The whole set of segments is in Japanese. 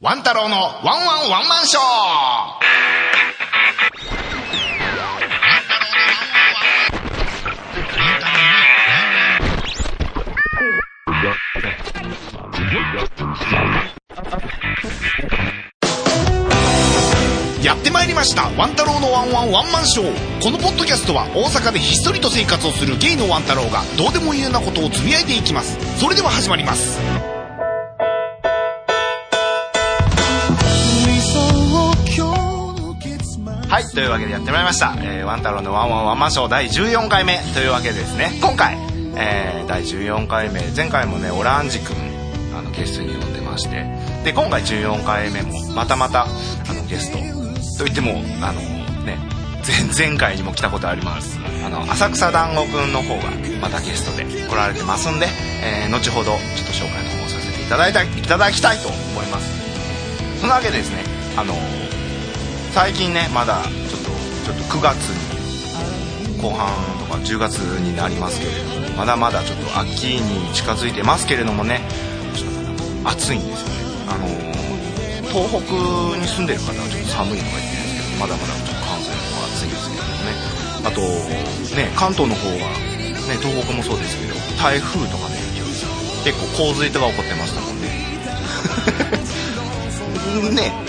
ワン太郎のワンワンワンマンショーやってまいりましたワン太郎のワンワンワンマンショーこのポッドキャストは大阪でひっそりと生活をするゲイのワン太郎がどうでもいいようなことをつぶやいていきますそれでは始まりますはい、というわけでやってまいりました。えー、ワン太郎のワンワンワンマンショー第14回目というわけでですね、今回、えー、第14回目、前回もね、オランジ君、あの、ゲストに呼んでまして、で、今回14回目も、またまた、あの、ゲスト、といっても、あの、ね、前前回にも来たことあります。あの、浅草団子くんの方が、またゲストで来られてますんで、えー、後ほど、ちょっと紹介の方をさせていただいた、いただきたいと思います。そのわけでですね、あの、最近ねまだちょっとちょっと9月に後半とか10月になりますけれどもまだまだちょっと秋に近づいてますけれどもねちょっと暑いんですよねあのー東北に住んでる方はちょっと寒いのが言ってるんですけどまだまだちょっと関西の方は暑いんですけれどもねあとね関東の方はね東北もそうですけど台風とかね結構洪水とか起こってましたもんね ね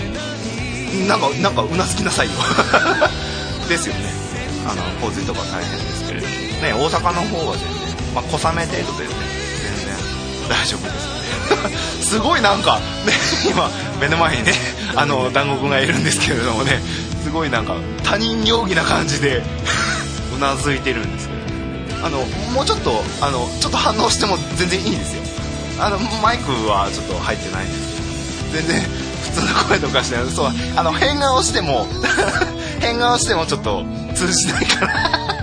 なんか、なんか、うなずきなさいよ。 ですよね。あの、洪水とか大変ですけれども。ね、大阪の方は全然、まあ、小雨程度でね、全然大丈夫です。 すごいなんか、ね、今、目の前にね、あの、団子くんがいるんですけれどもね、すごいなんか、他人行儀な感じで、 うなずいてるんですけど、あの、もうちょっと、あの、ちょっと反応しても全然いいんですよ。あの、マイクはちょっと入ってないんですけど全然普通の声とかしてないそうあの変顔しても 変顔してもちょっと通じないから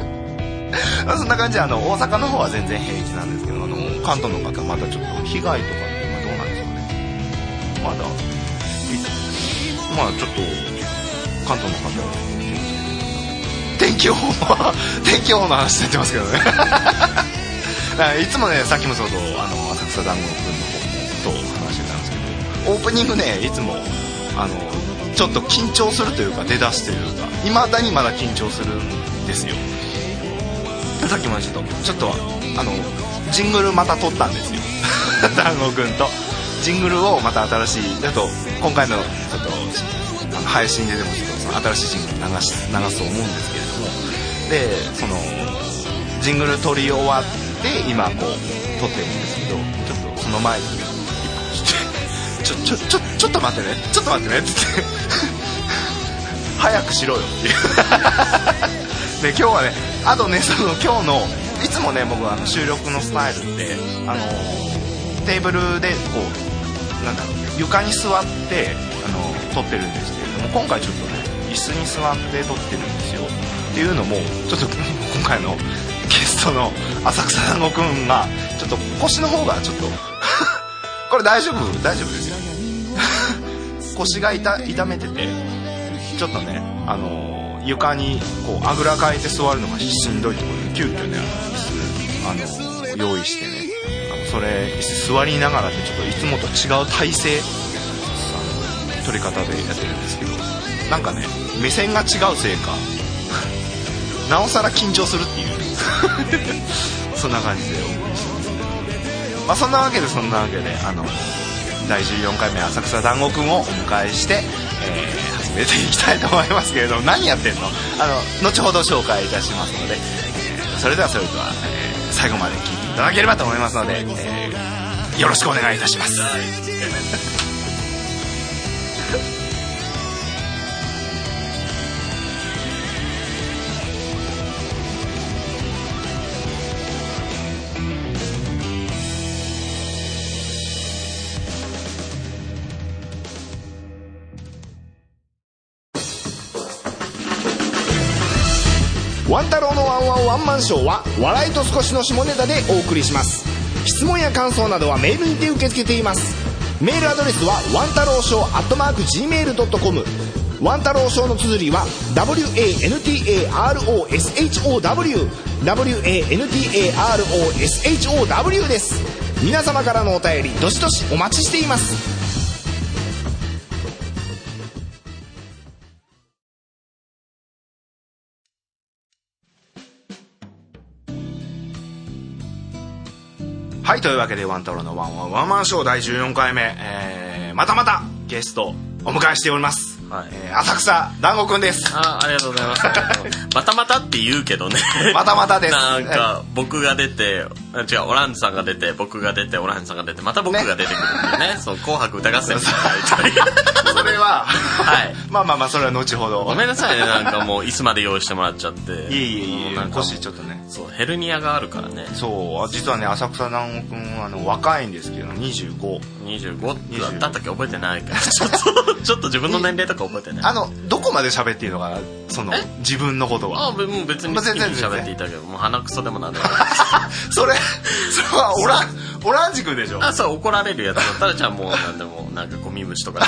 そんな感じであの大阪の方は全然平気なんですけどあの関東の方まだちょっと被害とかって今どうなんですかねまだいまあちょっと関東の方は天気予報も 天気予報の話になってますけどねだからいつもねさっきもそうそうあの浅草団子君の方と話してたんですけどオープニングねいつもあのちょっと緊張するというか出だしというかいまだにまだ緊張するんですよさっきもちょっとちょっとあのジングルまた撮ったんですよ 団子君とジングルをまた新しいあと今回のちょっとあの配信ででもちょっとその新しいジングル流し流すと思うんですけれどもでそのジングル撮り終わって今こう撮ってるんですけどちょっとその前に「ちょちょちょちょっと待ってねちょっと待ってね」っつって「早くしろよ」っていうで今日はねあとねその今日のいつもね僕はあの収録のスタイルってあのテーブルでこうなんだろう床に座ってあの撮ってるんですけれども今回ちょっとね椅子に座って撮ってるんですよっていうのもちょっと今回のゲストの浅草団子くんがちょっと腰の方がちょっと これ大丈夫大丈夫ですよね腰が痛痛めててちょっとね、あのー床にこうあぐらかいて座るのがしんどいところで急遽ねあの椅子あの用意してねあのそれ椅子座りながらでちょっといつもと違う体勢あの取り方でやってるんですけどなんかね目線が違うせいか なおさら緊張するっていう そんな感じでお送りしてますまあそんなわけでそんなわけであの第14回目浅草団子くんをお迎えして、えー始めていきたいと思いますけれども何やってんのあの後ほど紹介いたしますので、えーそれではそれでは、えー最後まで聞いていただければと思いますので、えーよろしくお願いいたしますワン太郎のワンワンワンマンショーは笑いと少しの下ネタでお送りします質問や感想などはメールにて受け付けていますメールアドレスはワン太郎ショーアットマーク Gmail.com ワン太郎ショーの綴りは WANTAROSHOWWANTAROSHOW です皆様からのお便りどしどしお待ちしていますはい、というわけで、ワンタロウのワンワンワンマンショー第14回目、えー、またまたゲストをお迎えしております。はいえー浅草団子くんです。あありがとうございます。 またまたって言うけどね。またまたです。なんか、僕が出て、あ違う、オランジさんが出て、僕が出て、オランジさんが出て、また僕が出てくるんだよね。そう、紅白歌合戦みたいな。それは、はい。 まあまあまあ、それは後ほ ごど。めんなさいね、なんかもう、椅子まで用意してもらっちゃって。いえいえいえなん、かもう腰ちょっとね。そう、ヘルニアがあるからね。そう、実はね、浅草南くんはあの若いんですけど、25。 25だったっけ覚えてないから。ちょっと、 ちょっと自分の年齢とか覚えてない。あの、どこまで喋っていいのかな、そのえ、自分のことは。あ、べもう別に好きに喋っていたけど、もう鼻くそでもなんでもない。 それ、それはオラン、オランジくんでしょあ、そう、怒られるやつだったら、じゃあもう、なんでも、なんかゴミ虫と か、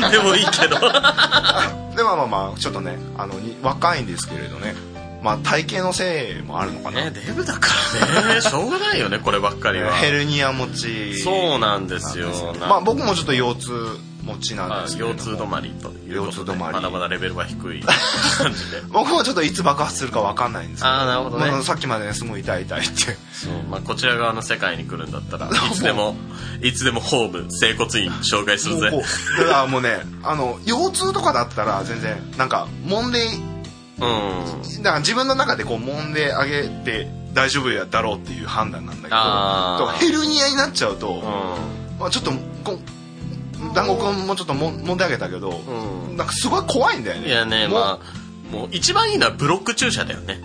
なんでもいいけど。でまあまあまあちょっとねあのに若いんですけれどねまあ体型のせいもあるのかな、ね、デブだからね、しょうがないよね、こればっかりは。ヘルニア持ちそうなんですよ。なまあ僕もちょっと腰痛持ちなんまあですけれど腰痛も止まりというこ腰と痛で、止まりまだまだレベルは低い感じで。僕もちょっといつ爆発するかわかんないんですけど あーなるほどねまあさっきまでねすごい痛い痛いってそうまあ、こちら側の世界に来るんだったら、いつで も、いつでもホーム、整骨院紹介するもうこぜ。うだからもうねあの腰痛とかだったら全然なんか揉んでうん。だから自分の中でこう揉んであげて大丈夫やだろうっていう判断なんだけどあーとヘルニアになっちゃうと、うまあ、ちょっとこ団子くんもちょっとも揉んであげたけど、うなんかすごい怖いんだよん。ねいやね、もうまあ、もう一番いいのはブロック注射だよね。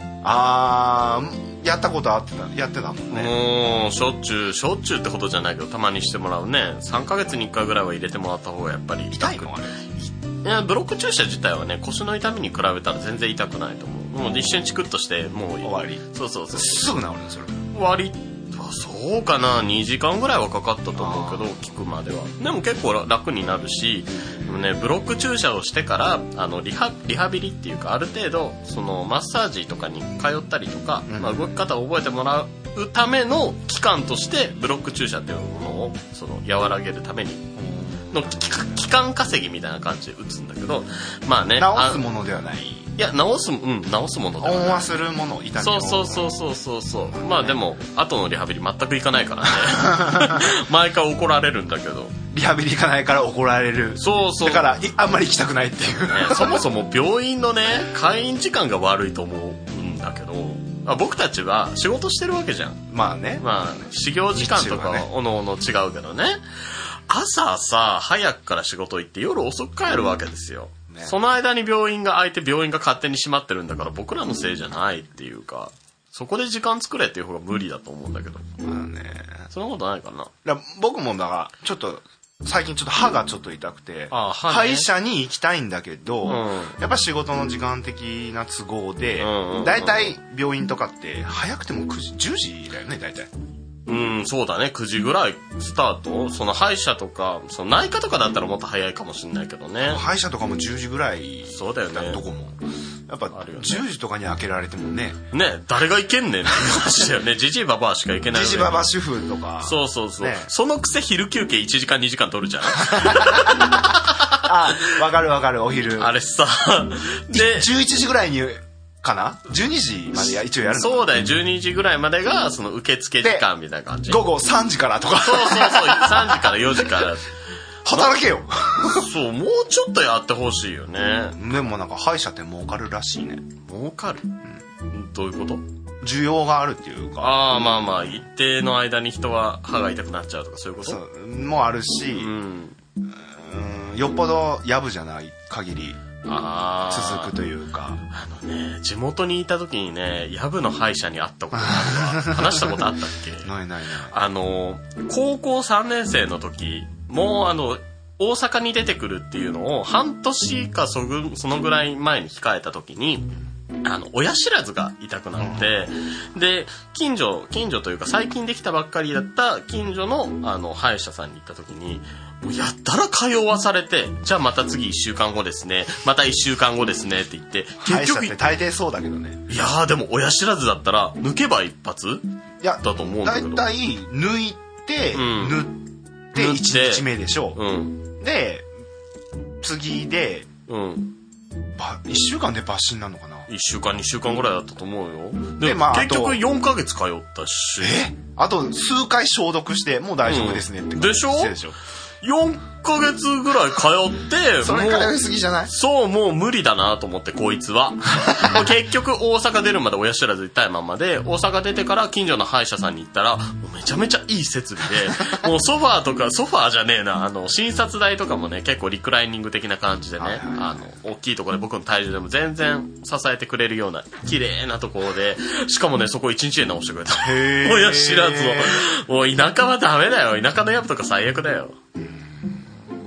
あーやったことあってたやってたもんね、もうしょっちゅうしょっちゅうってことじゃないけどたまにしてもらうね3ヶ月に1回ぐらいは入れてもらった方がやっぱり痛いのあれいやブロック注射自体はね腰の痛みに比べたら全然痛くないと思うもう一瞬チクッとしてもう終終わりそうそうそうすぐ治るのそれ終わりあそうかな2時間ぐらいはかかったと思うけど効くまではでも結構楽になるしでもねブロック注射をしてからあのリハリハビリっていうかある程度そのマッサージとかに通ったりとか、うんまあ、動き方を覚えてもらうための期間としてブロック注射っていうものをその和らげるためにの期間期間稼ぎみたいな感じで打つんだけどまあね治すあものではないいや治すうん治すものではない温和するもの痛みをそうそうそうそうそうそうまあでも後のリハビリ全く行かないから ね毎回怒られるんだけどリハビリ行かないから怒られるそうそうだからいあんまり行きたくないっていうねそもそも病院のね会員時間が悪いと思うんだけどあ僕たちは仕事してるわけじゃんまあね、 まあ始業時間と日か中ははおのおの違うけどね朝さ早くから仕事行って夜遅く帰るわけですよ、ねその間に病院が空いて病院が勝手に閉まってるんだから僕らのせいじゃないっていうかそこで時間作れっていう方が無理だと思うんだけどまあねそんなことないかなだから僕もだからちょっと最近ちょっと歯がちょっと痛くてあ歯ね歯医者に行きたいんだけど、うんやっぱ仕事の時間的な都合でうんうんうん大体、病院とかって早くても9時10時だよね大体うん、そうだね。9時ぐらいスタートその歯医者とか、その内科とかだったらもっと早いかもしれないけどね。歯医者とかも10時ぐらいそうだよねどこもやっぱあるよ10ね時とかに開けられてもねね誰が行けんねんって話だよね。じじいばばあしか行けないよね。ジジババ主婦とかそうそうそう。ねそのくせ昼休憩1時間2時間取る じゃん。あわかるわかるお昼あれさ。で、 11時ぐらいにかな12時までや一応やるのそうだよ。12時ぐらいまでが、その受付時間みたいな感じ。そ午う後3時からとか そうそう。3時から4時 から。働けよそう、もうちょっとやってほしいよね。でもなんか歯医者って儲かるらしいね儲かる、どういうこと需要があるっていうかああまあまあ一定の間に人は歯が痛くなっちゃうとかそういうことそうもあるし、うんうんよっぽどやぶじゃない限りああ続くというかあのね地元にいた時にね藪の歯医者に会ったことがあ るわ話したことあったっけないないないあの高校3年生の時もうあの大阪に出てくるっていうのを半年かそぐそのぐらい前に控えた時にあの親知らずが痛くなって、で近所近所というか最近できたばっかりだった近所のあの歯医者さんに行った時にもうやったら通わされてじゃあまた次1週間後ですねまた1週間後ですねって言って歯医結者っ局て大抵そうだけどねいやーでも親知らずだったら抜けば一発いやだと思うんだけ大ど体抜いて、うん塗って塗って1日目でしょ、うんで次でうんば1週間で抜歯になるのかな1週間2週間ぐらいだったと思うよででまああ結局と4ヶ月通ったしえあと数回消毒してもう大丈夫ですねって感じでしょしてるでしょ4ヶ月ぐらい通ってそれもう通いすぎじゃないそう、もう無理だなと思って、こいつ は。もう結局、大阪出るまで親知らず痛いまんまで、大阪出てから近所の歯医者さんに行ったら、もうめちゃめちゃいい設備 で、もうソファーとか、ソファーじゃねえな、あの、診察台とかもね、結構リクライニング的な感じでねはい、はいあの、大きいところで僕の体重でも全然支えてくれるような、綺麗なところで、しかもね、そこ1日で直してくれた。へー親知らずを。もう田舎はダメだよ。田舎のやぶとか最悪だよ。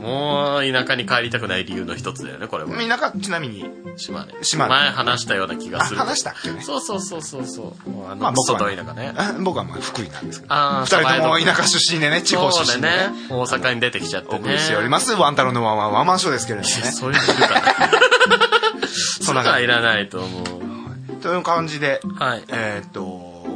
もう田舎に帰りたくない理由の一つだよね、これは。みんながちなみに 島根。島根前話したような気があする。話したっけねそうそうそうそうそう。もうあまの、あクソ僕どは田舎ね。あ僕はまあ福井なんですけどあ二人とも田舎出身でね地方出そう身でだねね。大阪に出てきちゃっておね。送りしておりますワンタロウのワンワンワンマンショーですけれどもねそういうのいる から。そんんなな感じいらないと思う。という感じで、はい。えーっと、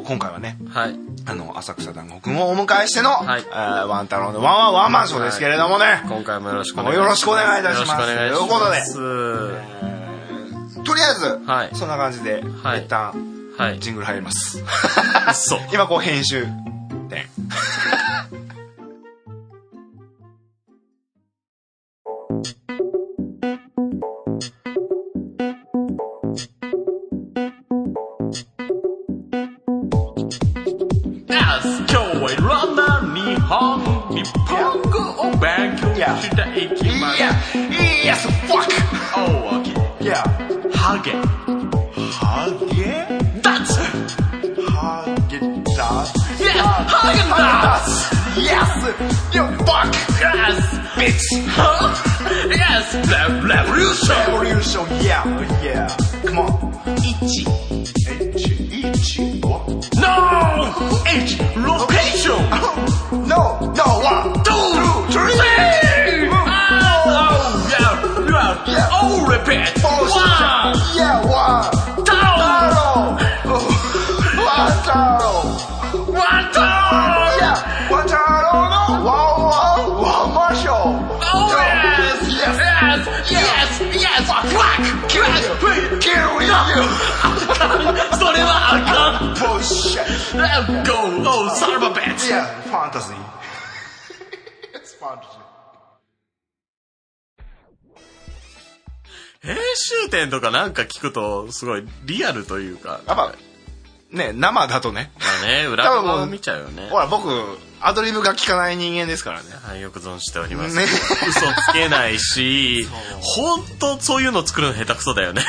今回はね、はい。あの、浅草団子くんをお迎えしての、はいえーワンタロウのワンワンワンマンショーですけれどもね、今回もよろしくお願いよろしくお願いいたします。よろしくお願いします。とりあえず、はいそんな感じで、はい一旦、はい。ジングル入ります。 そう。 今こう編集点。 Yes 今日はいろんな日本、日本語を勉強していきます。いや、yes, fuck! Oh, okay. いや、ハゲ。ハゲ That's it. ハゲダ Yes, Hagen-Dazs. Yes! You fuck! Yes, Bitch! huh? Yes, re- revolution. Revolution, yeah, yeah. Come on. 一、一、一、五。 No, it's location. No, no, one, Two, three. Ah, oh, yeah, yeah. Yeah. Oh, repeat. four, One, yeah, one. down, Hello. Hello. one down. Yeah, what hello? No, wow, wow, wow, Marshall. Oh, yes, yes, yes, yes, yes. Crack, crack. Kill you. それはあかん。 Bullshit. Let's go. Oh, son of a bitch. Yeah, fantasy. it's fantasy. 編集点とかなんか聞くと、すごいリアルというか。やっぱ、ね、生だとね。まあね、裏多分もう側を見ちゃうよねほ。ら、僕、アドリブが効かない人間ですからね。はい、よく存じております。ね嘘つけない し、本当そういうの作るの下手くそだよね。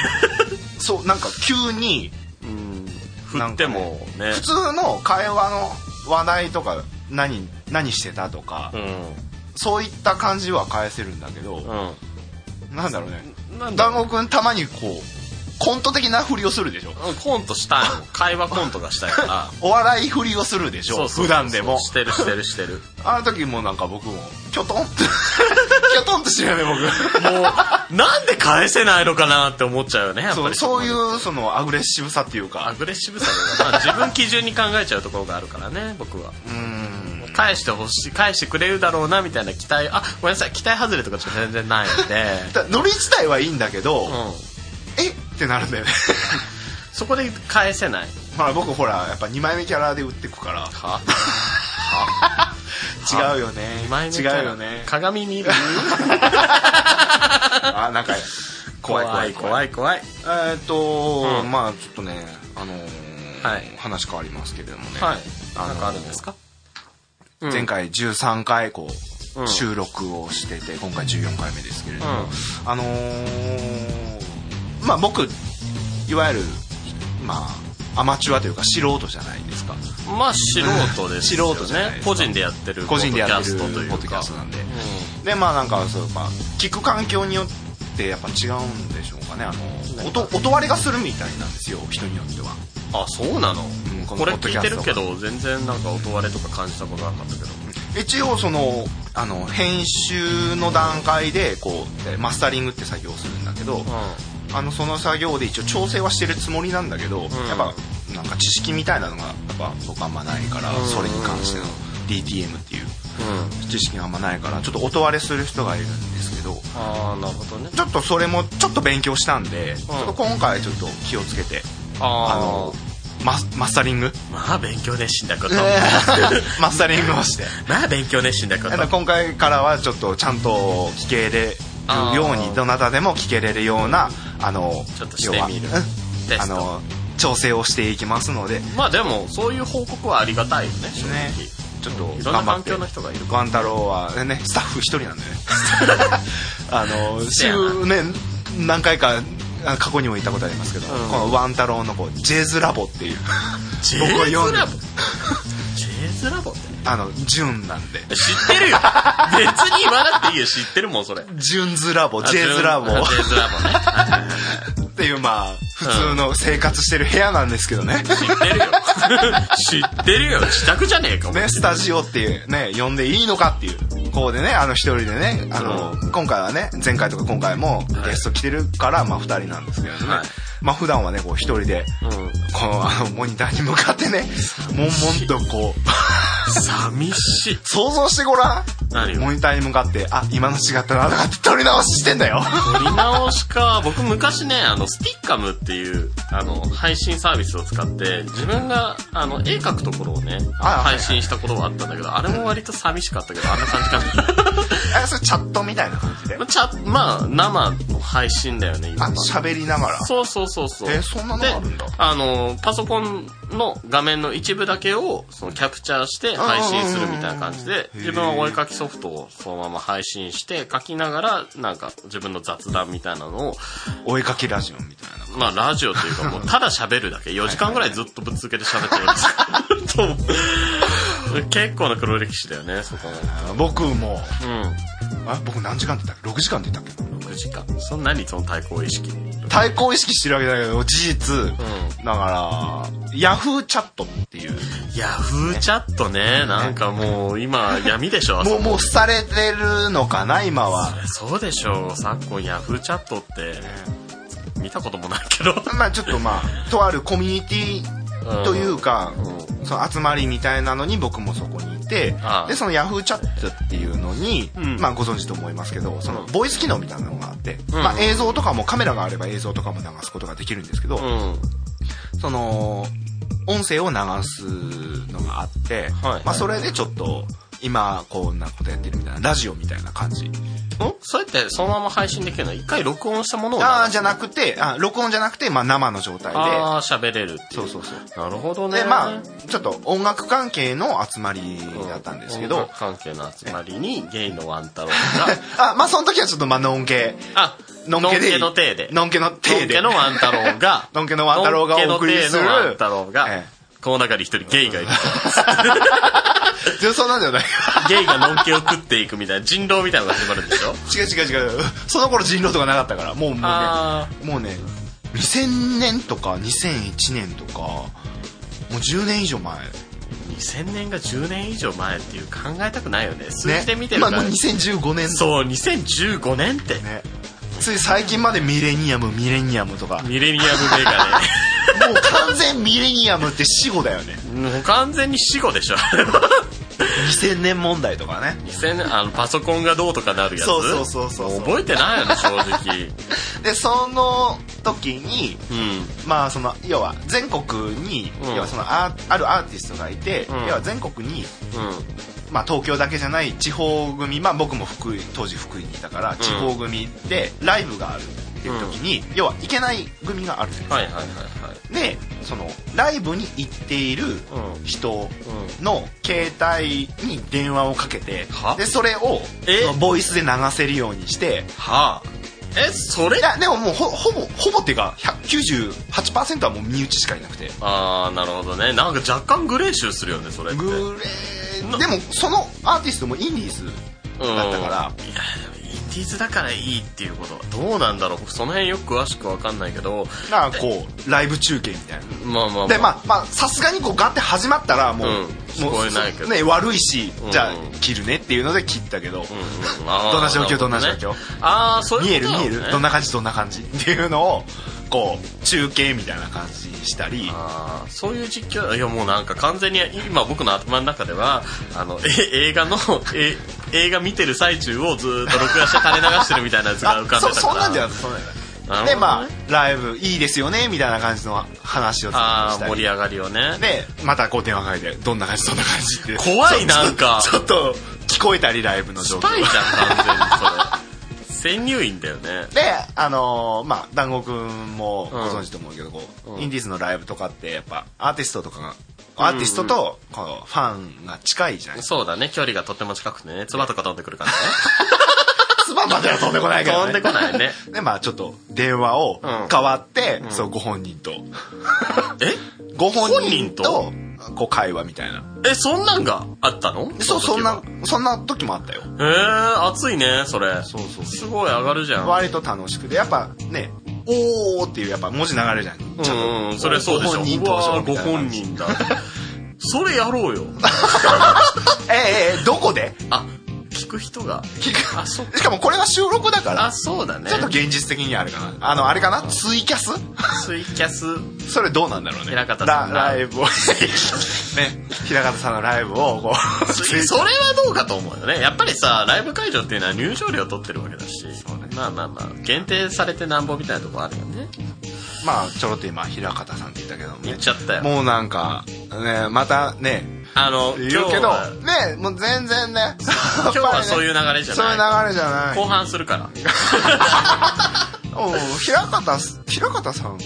そう、なんか急に、うん振ってもね。 普通の会話の話題とか、何、何してたとか、そういった感じは返せるんだけうど、ん。なんだろうね。うん。なんだ団子くんたまにこう、コント的なふりをするでしょコントしたいもん。会話コントがしたい から。お笑いふりをするでしょ普段でも。してるしてるしてる。あの時もなんか僕も、キョトン って、キョトンってしてるよね、僕。もう、 なんで返せないのかなって思っちゃうよね、やっぱそり。。うそういうう、その、アグレッシブさっていうアか、グレッシブさが、まあ、自分基準に考えちゃうところがあるからね、僕は。うーん。返してほしい返してくれるだろうなみたいな期待あごめんなさい期待外れとかちょっと全然ない ので、だノリ自体はいいんだけど、うん、えってなるんだよね そこで返せないまあ僕ほらやっぱ2枚目キャラで売ってくからは違うよね2枚目違キャラうよね鏡見るあなんか 怖い怖い怖い怖い怖いえーっと、うんまあちょっとねあのーはい話変わりますけれどもね、はいあのーなんかあるんですかうん前回13回こう、うん収録をしてて今回14回目ですけれどうも、んあのーまあ僕いわゆるまあアマチュアというか素人じゃないですかまあ素人ですよ、ね、素人じゃないですか個人でやってる個人でやってるポッドキャストというかポッドキャストなんで、でまあなんかそう、まあ、聞く環境によってやっぱ違うんでしょうかねあの音音割れがするみたいなんですよ人によってはうんあそうなの、んこのこれポッド聞キャスいてトるけど全然なんか音割れとか感じたことなかったけど一応そのあの編集の段階でこうえマスタリングって作業をするんだけど、うあのその作業で一応調整はしてるつもりなんだけど、やっぱなんか知識みたいなのがやっぱ僕あんまないから、うんそれに関しての DTM っていうんうん知識があんまないからちょっと音割れする人がいるんですけどああなるほどねちょっとそれもちょっと勉強したんで、ちょっと今回ちょっと気をつけてああのマスマスタリン グあまあ勉強熱心だこと、マスタリングをしてまあ勉強熱心だこあの と今回からはちょっとちゃんと聞けれるようあーにどなたでも聞けれるようなあのちょっとしてみる要はテあストの調整をしていきますのでまあでもそういう報告はありがたいよね正直ねちょっといろんな頑張っ環て境の人がいるガン太郎はねスタッフ一人 なんでねあのせやな週ね何回かあ過去にも行ったことありますけど、うんこのワン太郎の子ジェズラボっていう ジ僕はェイズ読ラボんジェイズラボってねあの純なんで知ってるよ別に言わなくていいよ知ってるもんそれ純ズラボジェズラボあジェイズラボねっていうまあ普通の生活してる部屋なんですけどね、知ってるよ知って るよ自宅じゃねえかもね、スタジオっていうね、呼んでいいのかっていう。こうでね、あの一人でね、あの、今回はね、前回とか今回もゲスト来てるから、まあ二人なんですけどね。はいまあ普段はね、こう一人で、うんこのあのモニターに向かってね、もんもんとこう、寂しい想像してごらん。何モニターに向かって、あ、今の違ったなとかって撮り直ししてんだよ。 撮り直しか僕昔ねあのスティッカムっていうあの配信サービスを使って自分があの絵描くところをねあはいはい配信したことはあったんだけどあれも割と寂しかったけどあんな感じかな あ、それチャットみたいな感じでまあ。チャまあ生の配信だよね今あは、喋りながら。そうそうそうそうえそんなのであるんだあのパソコンの画面の一部だけをそのキャプチャーして配信するみたいな感じでうん自分はお絵描きソフトをそのまま配信して描きながらなんか自分の雑談みたいなのをお絵かきラジオみたいな。まあラジオというかもうただ喋るだけ4時間ぐらいずっとぶっ続けて喋ってるんですけど 結構な黒歴史だよねそこもあ僕も、うあ、僕何時間って言ったっけ ?6 時間って言ったっけん6時間そんなにその対抗意識う対抗意識してるわけだけど、事実、んだから、ヤフーチャットっていう、ヤフーチャットねなんかもう今闇でしょあそもこう、もう、されてるのかな、今は。そうでしょう昨今ヤフーチャットって見たこともないけどまあちょっとまあ、とあるコミュニティというか、うその集まりみたいなのに僕もそこにいてああ、で、そのヤフーチャットっていうのに、うんまあご存知と思いますけど、そのボイス機能みたいなのがあって、んまあ映像とかもカメラがあれば映像とかも流すことができるんですけど、うんその、音声を流すのがあって、はいまあそれでちょっと、今こんなことやってるみたいな、ラジオみたいな感じ。んそれってそのまま配信できるの一回録音したものを流すああ、じゃなくて、あ録音じゃなくて、まあ生の状態で、あー喋れるっていそううそうそう。なるほどねで、まあ、ちょっと音楽関係の集まりだったんですけ音ど楽、関係の集まりにゲイのワン太郎があ、まあその時はちょっ とまあ、のんけ、あのんけでいいの体でのんけのの手んでけ、のワン太郎がのんけのワン太郎がお送りするのんけのワン太郎が、えこの中に一人ゲイがいる で そうなんじゃないゲイがのんけを食っていくみたいな人狼みたいなのが始まるん でしょ違う違う違う。その頃人狼とかなかったから、もうもうね、あもうね2000年とか2001年とかもう10年以上前2000年が10年以上前っていう考えたくないよね数ね字で見てるから、まあもう2015年とそう2015年ってねつい最近までミレニアムミレニアムとかもミレニアムメガう完全ミレニアムって死後だよねネもう完全に死後で しょ2000年問題とかね2000年あのパソコンがどうとかなるやつそうそうそうそうそう覚えてないよね正 直でその時にうんまあその要は全国に、うん要はそのああるアーティストがいて、うん要は全国にうまあ、東京だけじゃない地方組、まあ、僕も福井当時福井にいたから地方組でライブがあるっていう時に、要は行けない組があるじゃん。ないはいはいはいはい。ですか、でそのライブに行っているうん人の携帯に電話をかけて、はでそれをえそのボイスで流せるようにしてはあ。え、そいれやでももうほほぼほぼっていうか98%はもう身内しかいなくてあー、なるほどね。なんか若干グレーシューするよね、それって。グレうん。ーでもそのアーティストもインディーズだったから、いや、でもインディーズだからいいっていうことはどうなんだろう僕その辺よく詳しくわかんないけど、なんかこうライブ中継みたいな。まあまあ、でまあまあさすがにこうガって始まったらもう、うんもう聞こえないけどね、悪いし、うんじゃあ切るねっていうので切ったけど、うんうんあーどんな状況るほどんな状況あー、そう見いえうることな見えの ねるどんな感じどんな感じっていうのをこう中継みたいな感じにしたりあーそういう実況いやもうなんか完全に今僕の頭の中ではあのえ映画のえ映画見てる最中をずーっと録画して垂れ流してるみたいなやつが浮かんでたかそそらんなんじゃないそんなんじゃないなるほどねでまあライブいいですよねみたいな感じの話をずっとあしーた盛りり上がりをねでまたこう電話かけてどんな感じどんな感じ って怖いなんかちょ っとちょっと聞こえたりライブの状ス況パイじ ゃん完全にそれ潜入員だよねであのーまあ団子くんもご存知と思うけど、こううんインディーズのライブとかってやっぱアーティストとかがアーティストとこのファンが近いじゃないですかそうだね距離がとっても近くてね唾とか飛んでくるからね妻までは飛んでこないけど、飛ね、んでこな いねでまあちょっと電話をうん代わって、そうご本人とえご本人人ととこう会話みたいなえそんなんがあったのそうそんの時なはそんな時もあったよへえ熱いねそれそうそうすごい上がるじゃん割と楽しくてやっぱね「おー」っていうやっぱ文字流れるじゃんちゃんとうんうん、それそうでしごょ。本人う登わ場ーごみたいな本感じ人だ。それや ろうよ。ええええどこであ、聞く人が。聞くあ、そっか。しかもこれは収録だからあ、そうだねちょっ。と現実的にあれかなあのあれかなツイキャスツイキャス。 それどうなんだろうね平方さんがラライブを ね平方さんのライブをこ うそツイそれはどうかと思うよね。やっぱりさ、ライブ会場っていうのは入場料取ってるわけだし。まあまあまあ、限定されてなんぼみたいなとこあるよね。まあちょろっと今平方さんって言ったけどもね言っちゃったよ。もうなんかねまたねあの、今言日うけどは、ねもう全然ね今日はそういうう流れじ ゃそういうない。流れじゃない後半するから。おう平方す平方さんは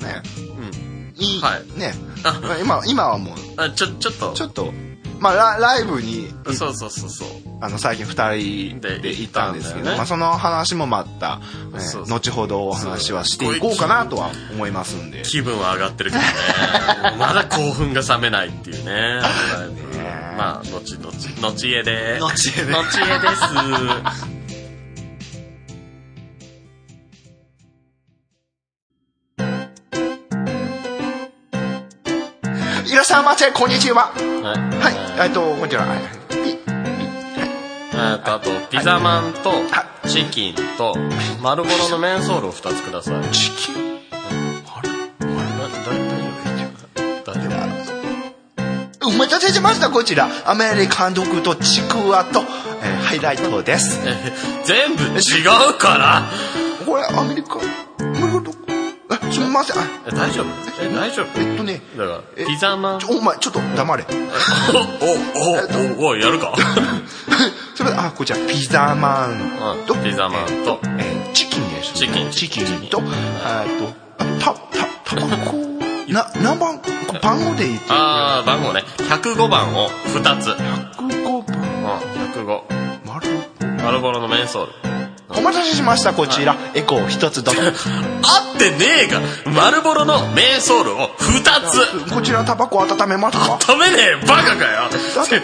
ねうん。いい、はいねあ今今はもうあ、ちょ、ちょっと。ちょっとまあラライブにそうそうそうそう。あの最近2人で行ったんですけでど、行ったんだよねまあ、その話もまた、ねそうそう後ほどお話はしていこうかなとは思いますんで、気分は上がってるけどね もうまだ興奮が冷めないっていうねねまあ後々後へで後へで後へです いらっしゃいませこんにちははいえはいっとこんにちははいあとあとピザマンとはチキンと丸ボロのメンソールを2つくださいなチキンあれ大丈夫大丈夫お待たせしましたこちらアメリカンドッグとちくわと、えーハイライトですえ全部違うからこれアメリカアメリカンドッグえすみませんあえ大丈夫え大丈夫えっとねだかえらピザマンちょお前ちょっと黙れおおおおおやるかそれあこちらピザマンと、うんピザマンとえーえーチキンですチキンチキンと、あと、あと、た、た、たばこ、な、何番、番号で言って、あー番号ね105番を2つ105番、 105丸。アルボロのメンソール お待たせしました、こちら。エコー一つどうぞ。合ってねえが丸ボロのメンソールを2つこちら、タバコ温めますか止めねえバカかよって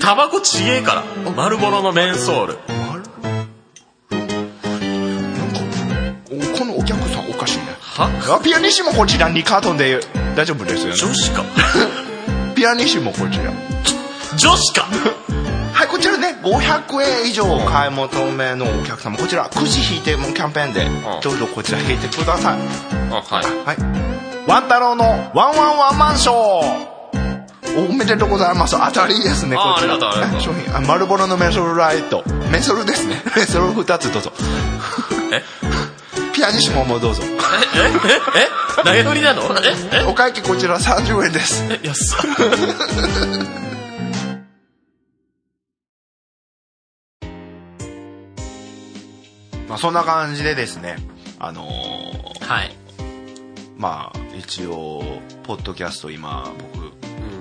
タバコちげえから丸ボロのメンソール丸。なんか、おこのお客さんおかしいね。はあピアニッシモこちら2カートンで大丈夫ですよね。女子か ピアニッシモこちら。女子かはい、こちらね、500円以上お買い求めのお客様、こちら、くじ引いてもキャンペーンで、どうぞこちら引いてください。あはいはい。ワン太郎のワンワンワンマンショーおめでとうございます。当たりですね、あこーちら。ありがとうありがとう商品、あ、丸ボロのメソルライト。メソルですね。メソル2つどうぞ。えピアニッシモもどうぞ。ええええ投げ取りなのえお会計こちら30円です。ええ安っまあそんな感じでですね、あのーはいまあ一応、ポッドキャスト今、僕、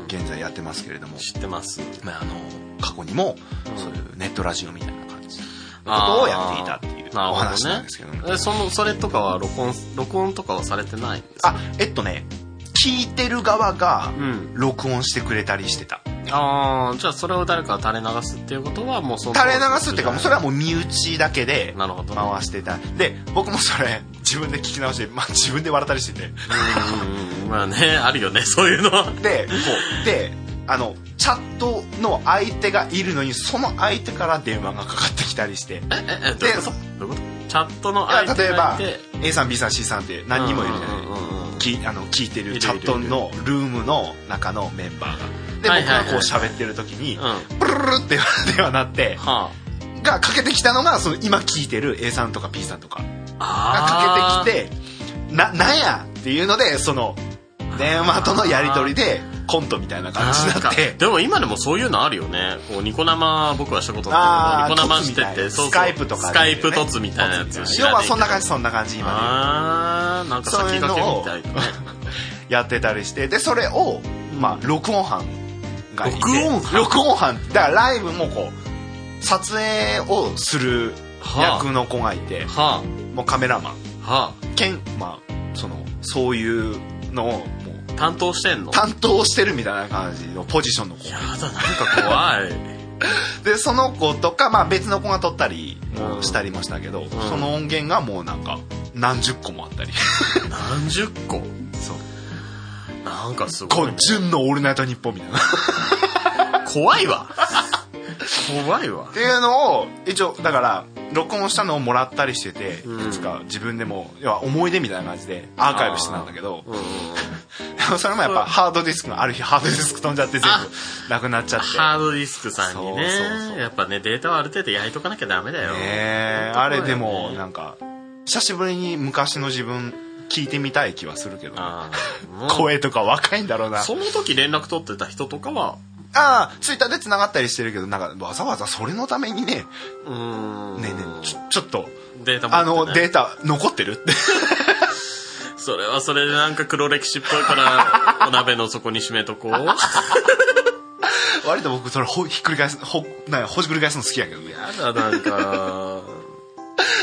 現在やってますけれども、知ってますまああのー過去にも、そういうネットラジオみたいな感じのことあをーやっていたっていうなるおほど話なんですけども。ね、えそのそれとかは録音録音とかはされてないんですかあえっとね聞いてる側がうん録音してくれたりしてた、ああじゃあそれを誰かが垂れ流すっていうことはもうその垂れ流すっていうかもうそれはもう身内だけでなるほど回してたで僕もそれ自分で聞き直して、まあ、自分で笑ったりしててうんうんまあねあるよねそういうのはでこうであのチャットの相手がいるのにその相手から電話がかかってきたりしてえええどういうことどういうことチャットのいや相手例えがいばて A さん B さん C さんって何人もいるじゃない、うんうんうんうんきあの聞いているいるるチャットのルームの中のメンバーがではい僕はいはいがこう喋ってる時にうんはプルルルってではなってあがかけてきたのがその今聞いてる A さんとか B さんとかがあかーけてきてななんやっていうのでその電話とのやり取りでコントみたいな感じにななっんてかでも今でもそういうのあるよねこうニコ生僕はしたことなあいーけどニコ生して凸みたいてなそうそうスカイプとかでスカイプ凸みたいなやつ知要らねはえけどそんな感じそんな感じ今で言うあーなんか先駆けみたいなねやってたりしてでそれを、まあ、録音班がいて録音班録音班だからライブもこう撮影をする役の子がいて、はもうカメラマンあは兼、まあ、そのそういうのをもうあ担当してんの担当してるみたいな感じのポジションの子やだなんか怖いでその子とか、まあ、別の子が撮ったりもしたりもしたけど、その音源がもうなんか何十個もあったり 何十個そうなんかすこごいうね「純のオールナイトニッポン」みたいな怖いわ怖いわっていうのを一応だから録音したのをもらったりしてて、うんいつか自分でも要は思い出みたいな感じでアーカイブしてたんだけど うんうんうんそれもやっぱハードディスクがある日ハードディスク飛んじゃって全あ部なくなっちゃって。ハードディスクさんにねそうそうそうやっぱねデータはある程度焼いとかなきゃダメだよ、ねえあれでもなんか久しぶりに昔の自分聞いてみたい気はするけどあーもう声とか若いんだろうなあその時連絡取ってた人とかはあツイッターで繋がったりしてるけどなんかわざわざそれのためにねうーんねえねえちょちょっとデータ持ってないあのデータ残ってるってそれはそれでなんか黒歴史っぽいか らお鍋の底に締めとこうや割と僕それほひっくり返すほなんかほじくり返すの好きやけどねだなんか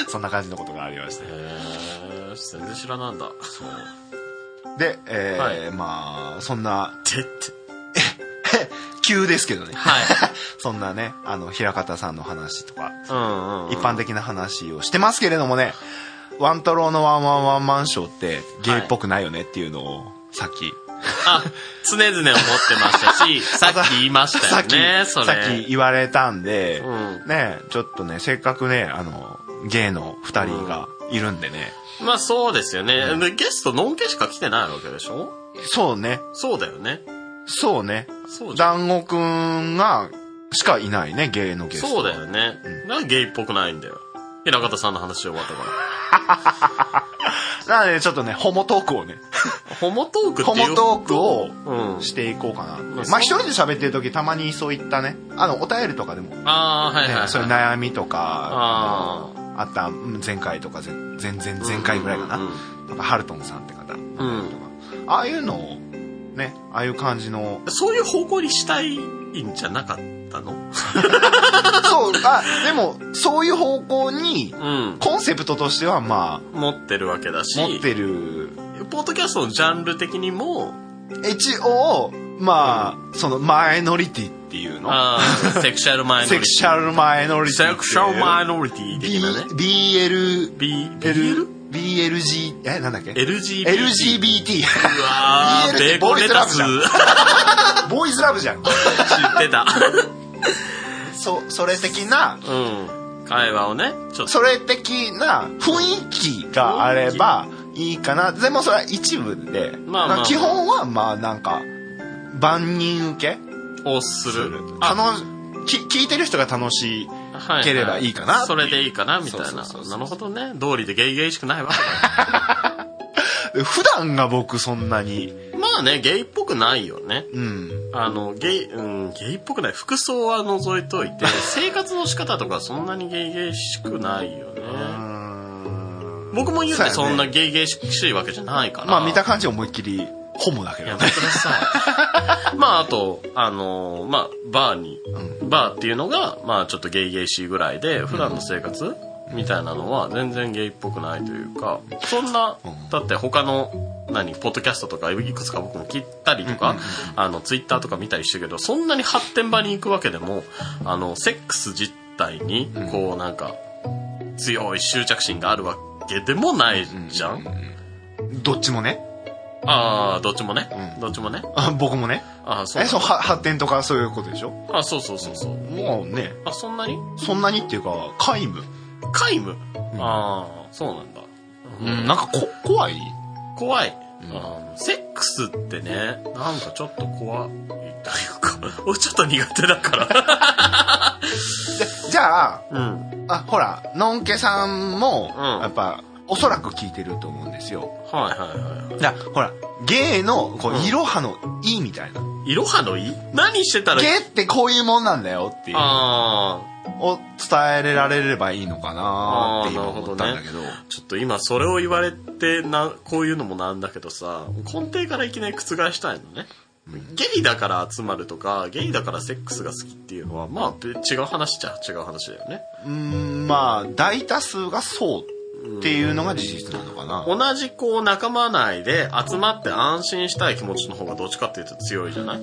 そんな感じのことがありましてへえ全然知らなんだそうで、えーはいまあそんなてって 急ですけどね、はいそんなねあの平方さんの話とか うんうん、うん、一般的な話をしてますけれどもね、ワントローのワンワンワンマンショーってゲイっぽくないよねっていうのをさっき、あ常々思ってまし たしさっき言いましさったき、よねさそっれき言われたんで、うんねちょっとねせっかくねあのゲイの二人がいるんでね、まあそうですよね、でゲストのんけしか来てないわけでしょそうねそうだよねそうねそうじゃ団ん子くんが、しかいないね、芸のゲスト。そうだよね、なんでゲイっぽくないんだよ平方さんの話で終わったからなので、ちょっとね、ホモトークをね、ホモトークってホいうモトークをうんしていこうかな。んまあ、一人で喋ってる時たまにそういったね、あの、お便りとかでも、ね、ああはいはい、はい、そういう悩みとか、あああった、うん前回とか、前、前、前前回ぐらいかな。うんうんとか、ハルトンさんって方とか、ん、ああいうのを、ね、ああいう感じのそういう方向にしたいんじゃなかったのそう、あ、でも、そういう方向に、うんコンセプトとしては、ま持ってるわけだしあ、持ってるポッドキャストのジャンル的にも一応まあ、そのマイノリティっていうのあーセクシャルマイノセリクティシャルマイノリティセクシャルマイノノリティ的なね BL B L BLG えなんだっけ LGBT LGBT うわー BL ベーコンレタスボ知ーイズボーイズラブじゃんってたそそれ的なうん会話をねちょっとそれ的な雰囲気があればいいかなでもそれは一部で、まあまあ基本はまあなんか万人受けをすするるあ楽しき聞いてる人が楽しいはいければいいかなそれでいいかなみたいなそうそうそうそうなるほどね道理でゲイゲイしくない わけだ普段が僕そんなにまあね、ゲイっぽくないよね。うんあの、ゲイ、うん、ゲイっぽくない。服装は除いとい て、生活の仕方とかそんなにゲイゲイしくないよね。僕も言うそうてそやねんなゲイゲイしいわけじゃないから。まあ見た感じ思いっきりホモだけいや、ど本ね当にさ。 まああと、あの、まあ、バーに、バーっていうのが、まあちょっとゲイゲイしいぐらいで、普段の生活、みたいなのは全然ゲイっぽくないというか、そんな、だって他の、何ポッドキャストとかいくつか僕も聞いたりとか、あのツイッターとか見たりしてるけどそんなに発展場に行くわけでもあのセックス自体にこうなんか強い執着心があるわけでもないじゃん、どっちもねああどっちもね、うんどっちもねあ僕もねああそうえなんだそうは発展とかそういうことでしょあ、そうそうそうそう。もうねあ、そんなにそんなにっていうか皆無皆無。ああ、そうなんだ。うん、なんかこ、怖い。怖い、うんあーセックスってね、なんかちょっと怖いというか、 俺ちょっと苦手だから。でじゃあ、うん。あ、ほら、のんけさんも、うんやっぱ、おそらく聞いてると思うんですよ。はいはいはいはだからほら、ゲイの、こうう、んいろはのいいみたいな。い。いろはのい何してたらゲイってこういうもんなんだよっていう、あを伝えられればいいのかなって今あーなるほ思どねったんだけど。あ、ちょっと今それを言われてな、こういうのもなんだけどさ、根底からいきなり覆したいのね。ゲイだから集まるとか、ゲイだからセックスが好きっていうのは、まあ、違う話っちゃ違う話だよね。うーん、まあ、大多数がそうっていうのが事実なのかな。同じこう仲間内で集まって安心したい気持ちの方がどっちかっていうと強いじゃないあーあ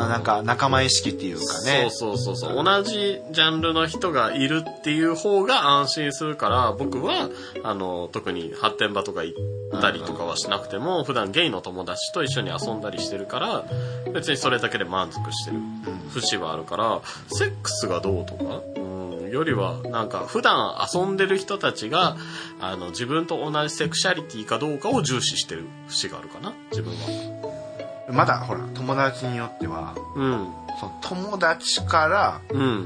ーあー、なんか仲間意識っていうかね。そうそうそうそう同じジャンルの人がいるっていう方が安心するから僕はあの特に発展場とか行ったりとかはしなくても普段ゲイの友達と一緒に遊んだりしてるから別にそれだけで満足してる節はあるからセックスがどうとか。うんよりはなんか普段遊んでる人たちがあの自分と同じセクシャリティかどうかを重視してる節があるかな自分はまだ、ほら、友達によっては、その友達から、うんうん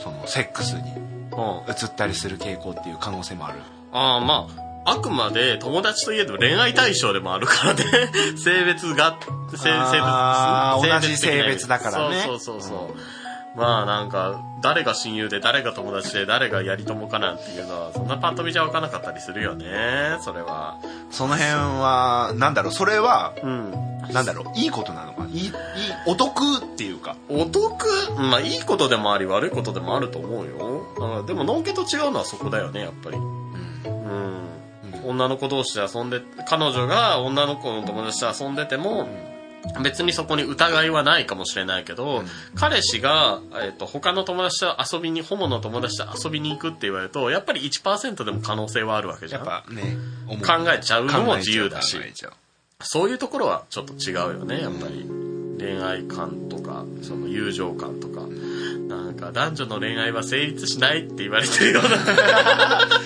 その、セックスにうん移ったりする傾向っていう可能性もある。ああ、まあ、あくまで友達といえど恋愛対象でもあるからね。 性別が、性あー性別的同なじ性別だからねそうそうそうそう。まあなんか、誰が親友で誰が友達で誰がやり友かなんていうのは、そんなパッと見じゃわかんなかったりするよね。それは。その辺は、なんだろう、それは、うん。なんだろう、いいことなのか。いい、いい、お得っていうか。お得まあいいことでもあり悪いことでもあると思うよ。あーでも、ノンケと違うのはそこだよね、やっぱり。うん。女の子同士で遊んで、彼女が女の子の友達と遊んでても、別にそこに疑いはないかもしれないけど、彼氏が、えっと他の友達と遊びにホモの友達と遊びに行くって言われるとやっぱり1%でも可能性はあるわけじゃやんっぱね、思う考えちゃうのも自由だし考えちゃう考そういうところはちょっと違うよねやっぱり恋愛観とかその友情観とかなんか男女の恋愛は成立しないって言われてるようなえちゃう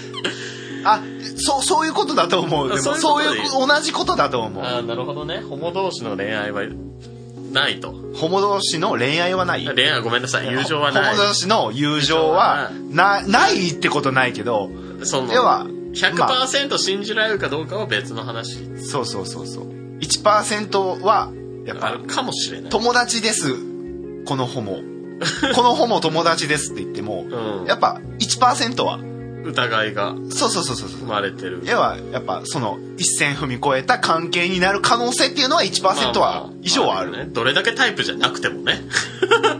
あ、そう、そういうことだと思う。でも、そういうそうことでいい、いう同じことだと思 う。あーなるほどねホモ同士の恋愛はないとホモ同士の恋愛はない。恋愛はごめんなさい友情はないホモ同士の友情は、な、ないってことないけど、そのではまあ100%信じられるかどうかは別の話そうそうそうそう。1%は、やっあぱる、かもしれない友達です、このホ モ。このホモ友達ですって言っても、うんやっぱ1%は、疑いがそうそうそうそうそう生。まれてる要はやっぱその一線踏み越えた関係になる可能性っていうのは1%まあまはあ以上はあまよる。ね、どれだけタイプじゃなくてもね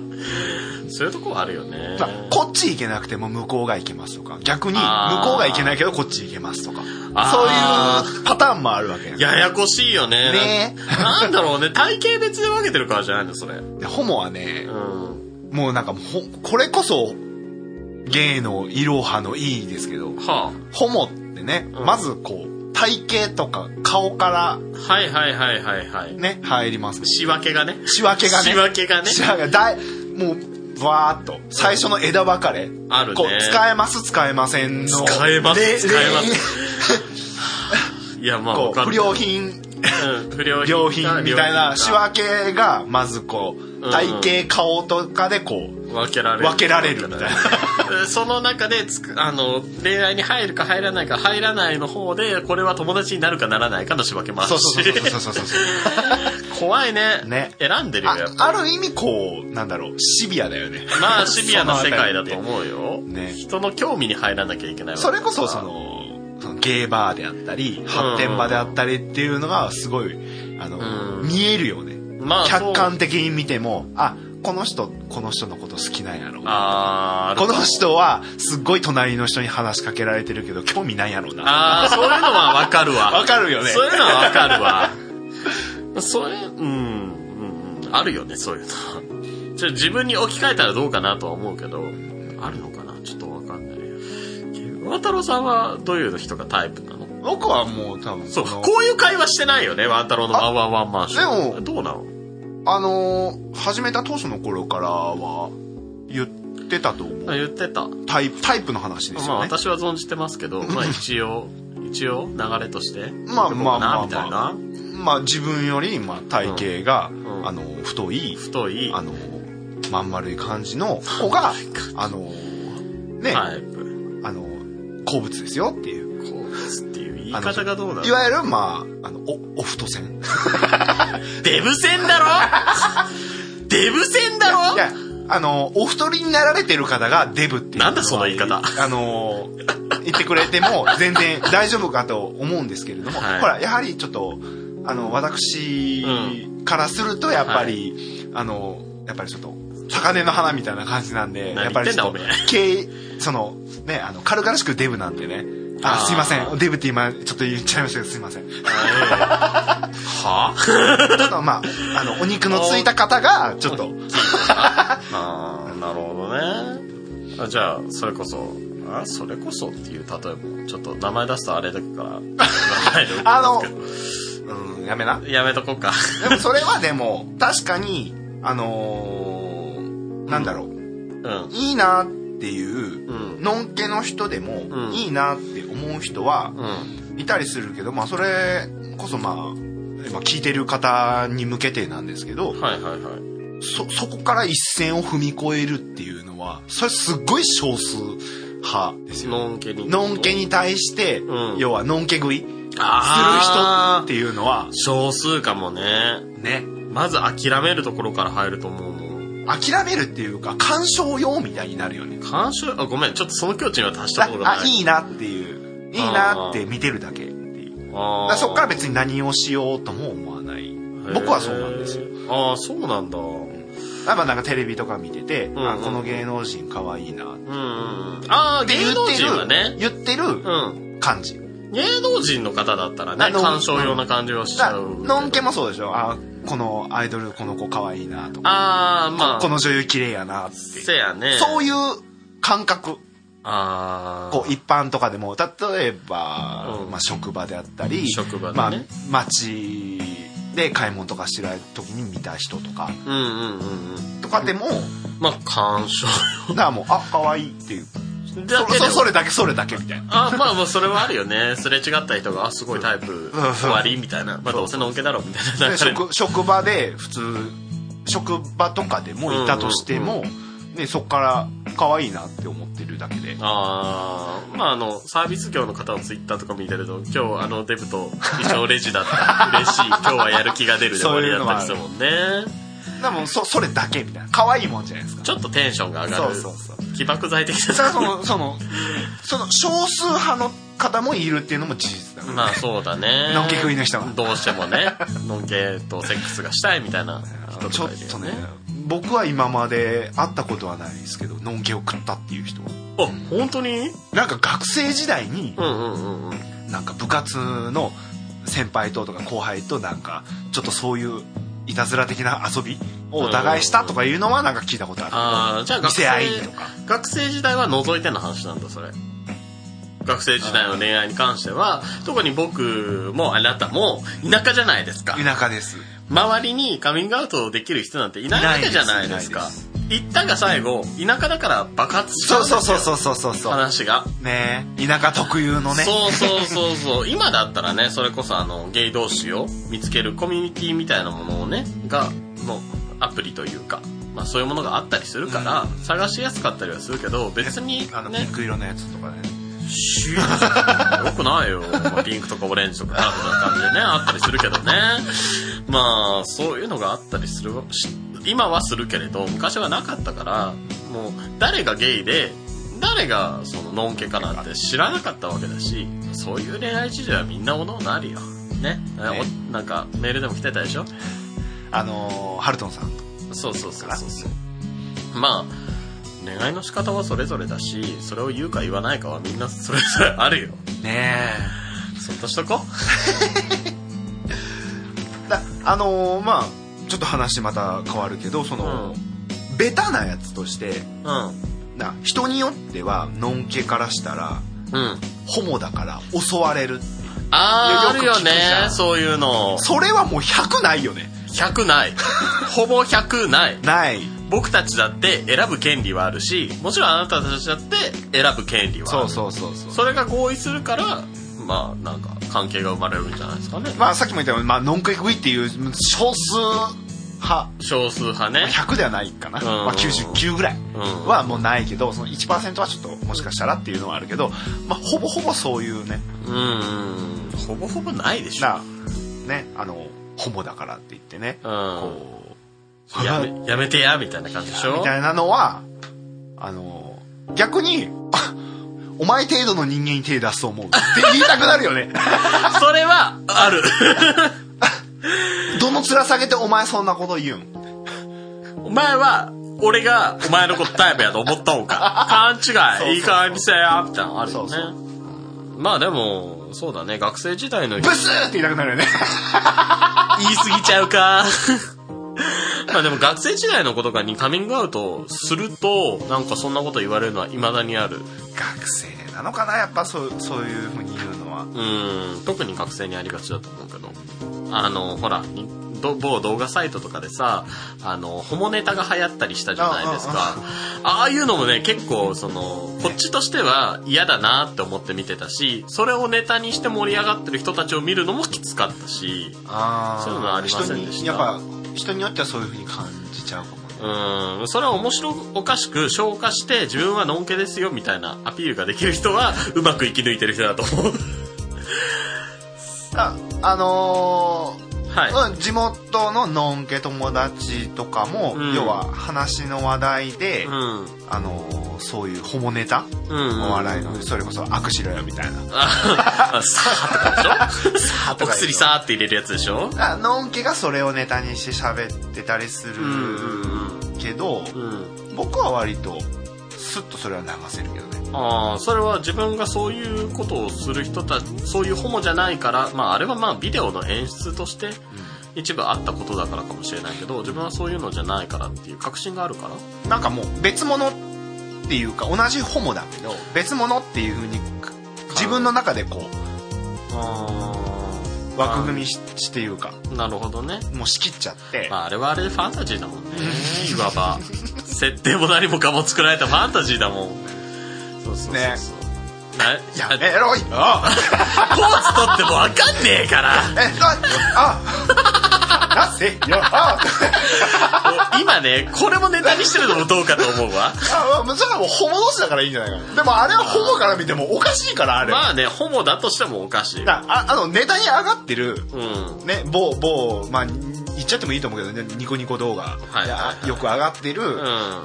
そういうとこはあるよね、まあこっち行けなくても向こうが行けますとか逆に向こうが行けないけどこっち行けますとかあーそういうパターンもあるわけややこしいよねねななんだろうね体型別で分けてるからじゃないのそれうんでホモはねもうなんかもうほこれこそゲイのイロハのいいですけどはホモってねうんまずこう体型とか顔からあはいはいはいはいはいね入ります仕分けがね仕分けがね仕分けがねじゃあだいもうわーっと最初の枝分かれ、あるねこう使えます使えませんの使えますで使えまですいやまあこ分うかん不ない良品うん不良良品みたいな仕分分けがまずこううん体型顔とかでこう分けられる分けられるみたいなうんその中でつくあの恋愛に入るか入らないか入らないの方でこれは友達になるかならないかの仕分けもあそるうそうしそうそうそうそうそう怖いねね選んでるよあやっぱある意味こうなんだろうシビアだよねりまあシビアな世界だそのあたりっとて思うよ、ね人の興味に入らなきゃいけないわけそれこそそのそのゲーバーであったり発展場であったりっていうのがすごいあの、うん見えるよねまあそ客う観的に見てもあこの人この人のこと好きなんやろうなあーあるこかもの人はすっごい隣の人に話しかけられてるけど興味ないやろうなああそういうのはわかる わわかるよねそういうのはわかるわ。それ、うん、うん、うんあるよね、そういうの。ちょ自分に置き換えたらどうかなとは思うけど、あるのかなちょっとわかんない。渡太郎さんはどういう人がタイプなの僕はもう多分そう、このこういう会話してないよね、渡太郎のワンワンワンマンション。でもどうなのあのー始めた当初の頃からは言っってたと思う。言ってた。タイプ、タイプの話ですまあよね。私は存じてます けど、まあ一応、一応流れとして。まあでもまあまあなみたいな。まあ自分より、まあ体型が、んうんあの、太い、太いあの、まん丸い感じの子が、あの、ね、タイプ。あの、好物ですよっていう。こうですっていう言い方がどうなのいわゆる、まあ、あの、お、お太線。デブ戦 だろデブ戦だろいや、あの、お太りになられてる方がデブっていう。なんだその言い方あの、言ってくれても全然大丈夫かと思うんですけれども、はいほら、やはりちょっと、あの、私からすると、やっぱり、あの、やっぱりちょっと、魚の花みたいな感じなんで、何やっぱりちょっと言ってんだ、経その、ね、あの、軽々しくデブなんでね。ああ、ーすいません。デブって今、ちょっと言っちゃいましたけど、すいません。はちょっとまあ、あの、お肉のついた方が、ちょっと、あーなるほどねあじゃあそれこそあそれこそっていう例えもちょっと名前出すとあれだから 名前で送りますけどうん、やめな。 やめとこうかでもそれはでも、確かに、あのーなんだろう、うんいいなっていう、うんのんけの人でも、うんいいなって思う人は、うんいたりするけど、まあそれこそまあ、今聞いてる方に向けてなんですけど、はいはいはいそ、そこから一線を踏み越えるっていうのは、それすっごい少数派ですよ。のんけにのんけに対して、うん要はのんけ食いする人あっーていうのは、少数かもねね、まず諦めるところから入ると思うもん諦めるっていうか、干渉用みたいになるよね。監修あごめんちょっとその境地には達したところがあなあいいいなっていういいなって見てるだけっていうだあかーらそっから別に何をしようとも思わない僕はそうなんですよへーああそうなんだあまあなんかテレビとか見てて、んうんあこの芸能人かわいいなっうんうんうんああ、て言芸能って人はる、ね。言ってるうん。感じ芸能人の方だったらあね、の鑑賞用な感じはしちだゃからう。のんけもそうでしょあこのアイドルこの子かわいいなとかああ、まあ、この女優綺麗やなってせやね。そうう。いう感覚ああ。こう一般とかでも例えば、うんまあ、職場であったり職場でねまあ、街で買い物とかしてる時に見た人とかうんうんうんうん。とかでも、まあ、鑑賞だからもう、あ、可愛いっていう。そ用。だけでそそもれだけ、それだけみたいな。あーまあまあ、それはあるよね。すれ違った人が、あ、すごいタイプ、終わりみたいな。まあ、どうせのんけだろ、みたいでな流れに。職職場で、普通、職場とかでもいたとしても、ね、そこから可愛いなって思ってるだけで。ああ、まああの、サービス業の方をツイッターとか見てると、今日あのデブと一緒レジ だったら嬉しい、今日はやる気が出るで終わりだったりするもんね。でも、そ、それだけみたいな。可愛いもんじゃないですか。ちょっとテンションが上がそる。うそうそう。起爆剤的ただ な。その、その、その、少数派の方もいるっていうのも事実だから、まあそうだね。のんけ食いの人はどうしてもね、のんけとセックスがしたいみたいな人ちとょかいるっとよねね。、僕は今まで会ったことはないですけど、のんけを食ったっていう人は。あ、本当になんか学生時代に、うんうんうんうん。なんか部活の先輩ととか後輩となんかちょっとそういういたずら的な遊びをお互いしたとかいうのはなんか聞いたことあああ、じゃある学見生せ合いとか学生時代は除いての話なんだそれ学生時代の恋愛に関しては特に僕もあなたも田舎じゃないですか田舎です周りにカミングアウトできる人なんていないわけじゃないですいなかいで行ったが最後田舎だから爆発しちゃそううんですよそうそうそうそうそうそう話が、ねえ田舎特有のねそうそうそうそう今だったらねそれこそあのゲイ同士を見つけるコミュニティみたいなものをねがのアプリというか、まあ、そういうものがあったりするから、探しやすかったりはするけど別に、ね、あのピンク色のやつとかねシューよくないよ。まあピンクとかオレンジとかカラフルな感じでね、あったりするけどね。まあ、そういうのがあったりするし、今はするけれど、昔はなかったから、もう、誰がゲイで、誰がその、のんけかなんて知らなかったわけだし、そういう恋愛事情はみんなおのおのあるよ。ね。おなんか、メールでも来てたでしょあのーハルトンさんそうそうそうそうそうまあ恋愛の仕方はそれぞれだしそれを言うか言わないかはみんなそれぞれあるよねそっとしとこえだあのーまあちょっと話また変わるけどそううの、ベタなやつとしてうな人によってはのんけからしたらんうんホモだから襲われるあーあよるく聞よくじゃんねそういうのそれはもう100ないよね 100ないほぼ100ないない僕たちだって選ぶ権利はあるしもちろんあなたたちだって選ぶ権利はあるそうそうそうそうそれが合意するからまあなんか関係が生まれるんじゃないですかね、まあさっきも言ったように、まあ、ノンクイックイっていう少数派少数派ね100ではないかな、うんまあ、99ぐらいうんはもうないけどその1%はちょっともしかしたらっていうのはあるけど、まあ、ほぼほぼそういうねうんほぼほぼないでしょなねあのホモだからって言ってね、うんこうやめやめてやみたいな感じでしょ みたいなのはあの逆にお前程度の人間に手出すと思うって言いたくなるよ ねそれはあるどの面下げてお前そんなこと言うんお前は俺がお前のことタイプやと思った んか勘そうそうそ違ういいい感じせやみたいなのあるよねそうそうまあでもそうだね学生時代のブスーって言いたくなるよね言い過ぎちゃうか。 まあでも学生時代の子とかにカミングアウトすると、なんかそんなこと言われるのは未だにある。 学生なのかなやっぱそうそういうふうに言うのはうん、特に学生にありがちだと思うけど。あの、ほら、にど某動画サイトとかでさ、あの、ホモネタが流行ったりしたじゃないですか。ああいうのもね、結構、その、こっちとしては嫌だなって思って見てたし、それをネタにして盛り上がってる人たちを見るのもきつかったし、あそういうのはありませんでしたやっぱ人によってはそういうふうに感じちゃうかもねうんそれは面白おかしく消化して自分はのんけですよみたいなアピールができる人はうまく生き抜いてる人だと思うああのはい、ーうん地元ののんけ友達とかも、うん要は話の話題で、うんうんあのーそういうホモネタ、うんお笑いのそれこそ握手だよみたいなあさ あとかでしょさあとかお薬さあって入れるやつでしょあのんけがそれをネタにして喋ってたりするけど、うん僕は割とスッとそれは流せるけどねああそれは自分がそういうことをする人たちそういうホモじゃないから、まあ、あれはまあビデオの演出として一部あったことだからかもしれないけど自分はそういうのじゃないからっていう確信があるからなんかもう別物っていうか同じホモだけど別物っていうふうに自分の中でこあう枠組みししていうかあなるほどねもう仕切っちゃって、まあ、あれはあれでファンタジーだ もんね。いわば。設定も何もかも作られたファンタジーだもん。そうそうそうそう。ねなやあめ ろよポーズ取ってもわかんねえからえなあなせよあ お 今ね、これもネタにしてるのもどうかと思うわ。あ あそれはもうホモ同士だからいいんじゃないかなでもあれはホモから見てもおかしいからあれ、まあね、ホモだとしてもおかしい。うん。だああのネタに上がってるはね、某某、まあ、に言っちゃってもいいと思うけどねニコニコ動画、いはいはいよく上がってる、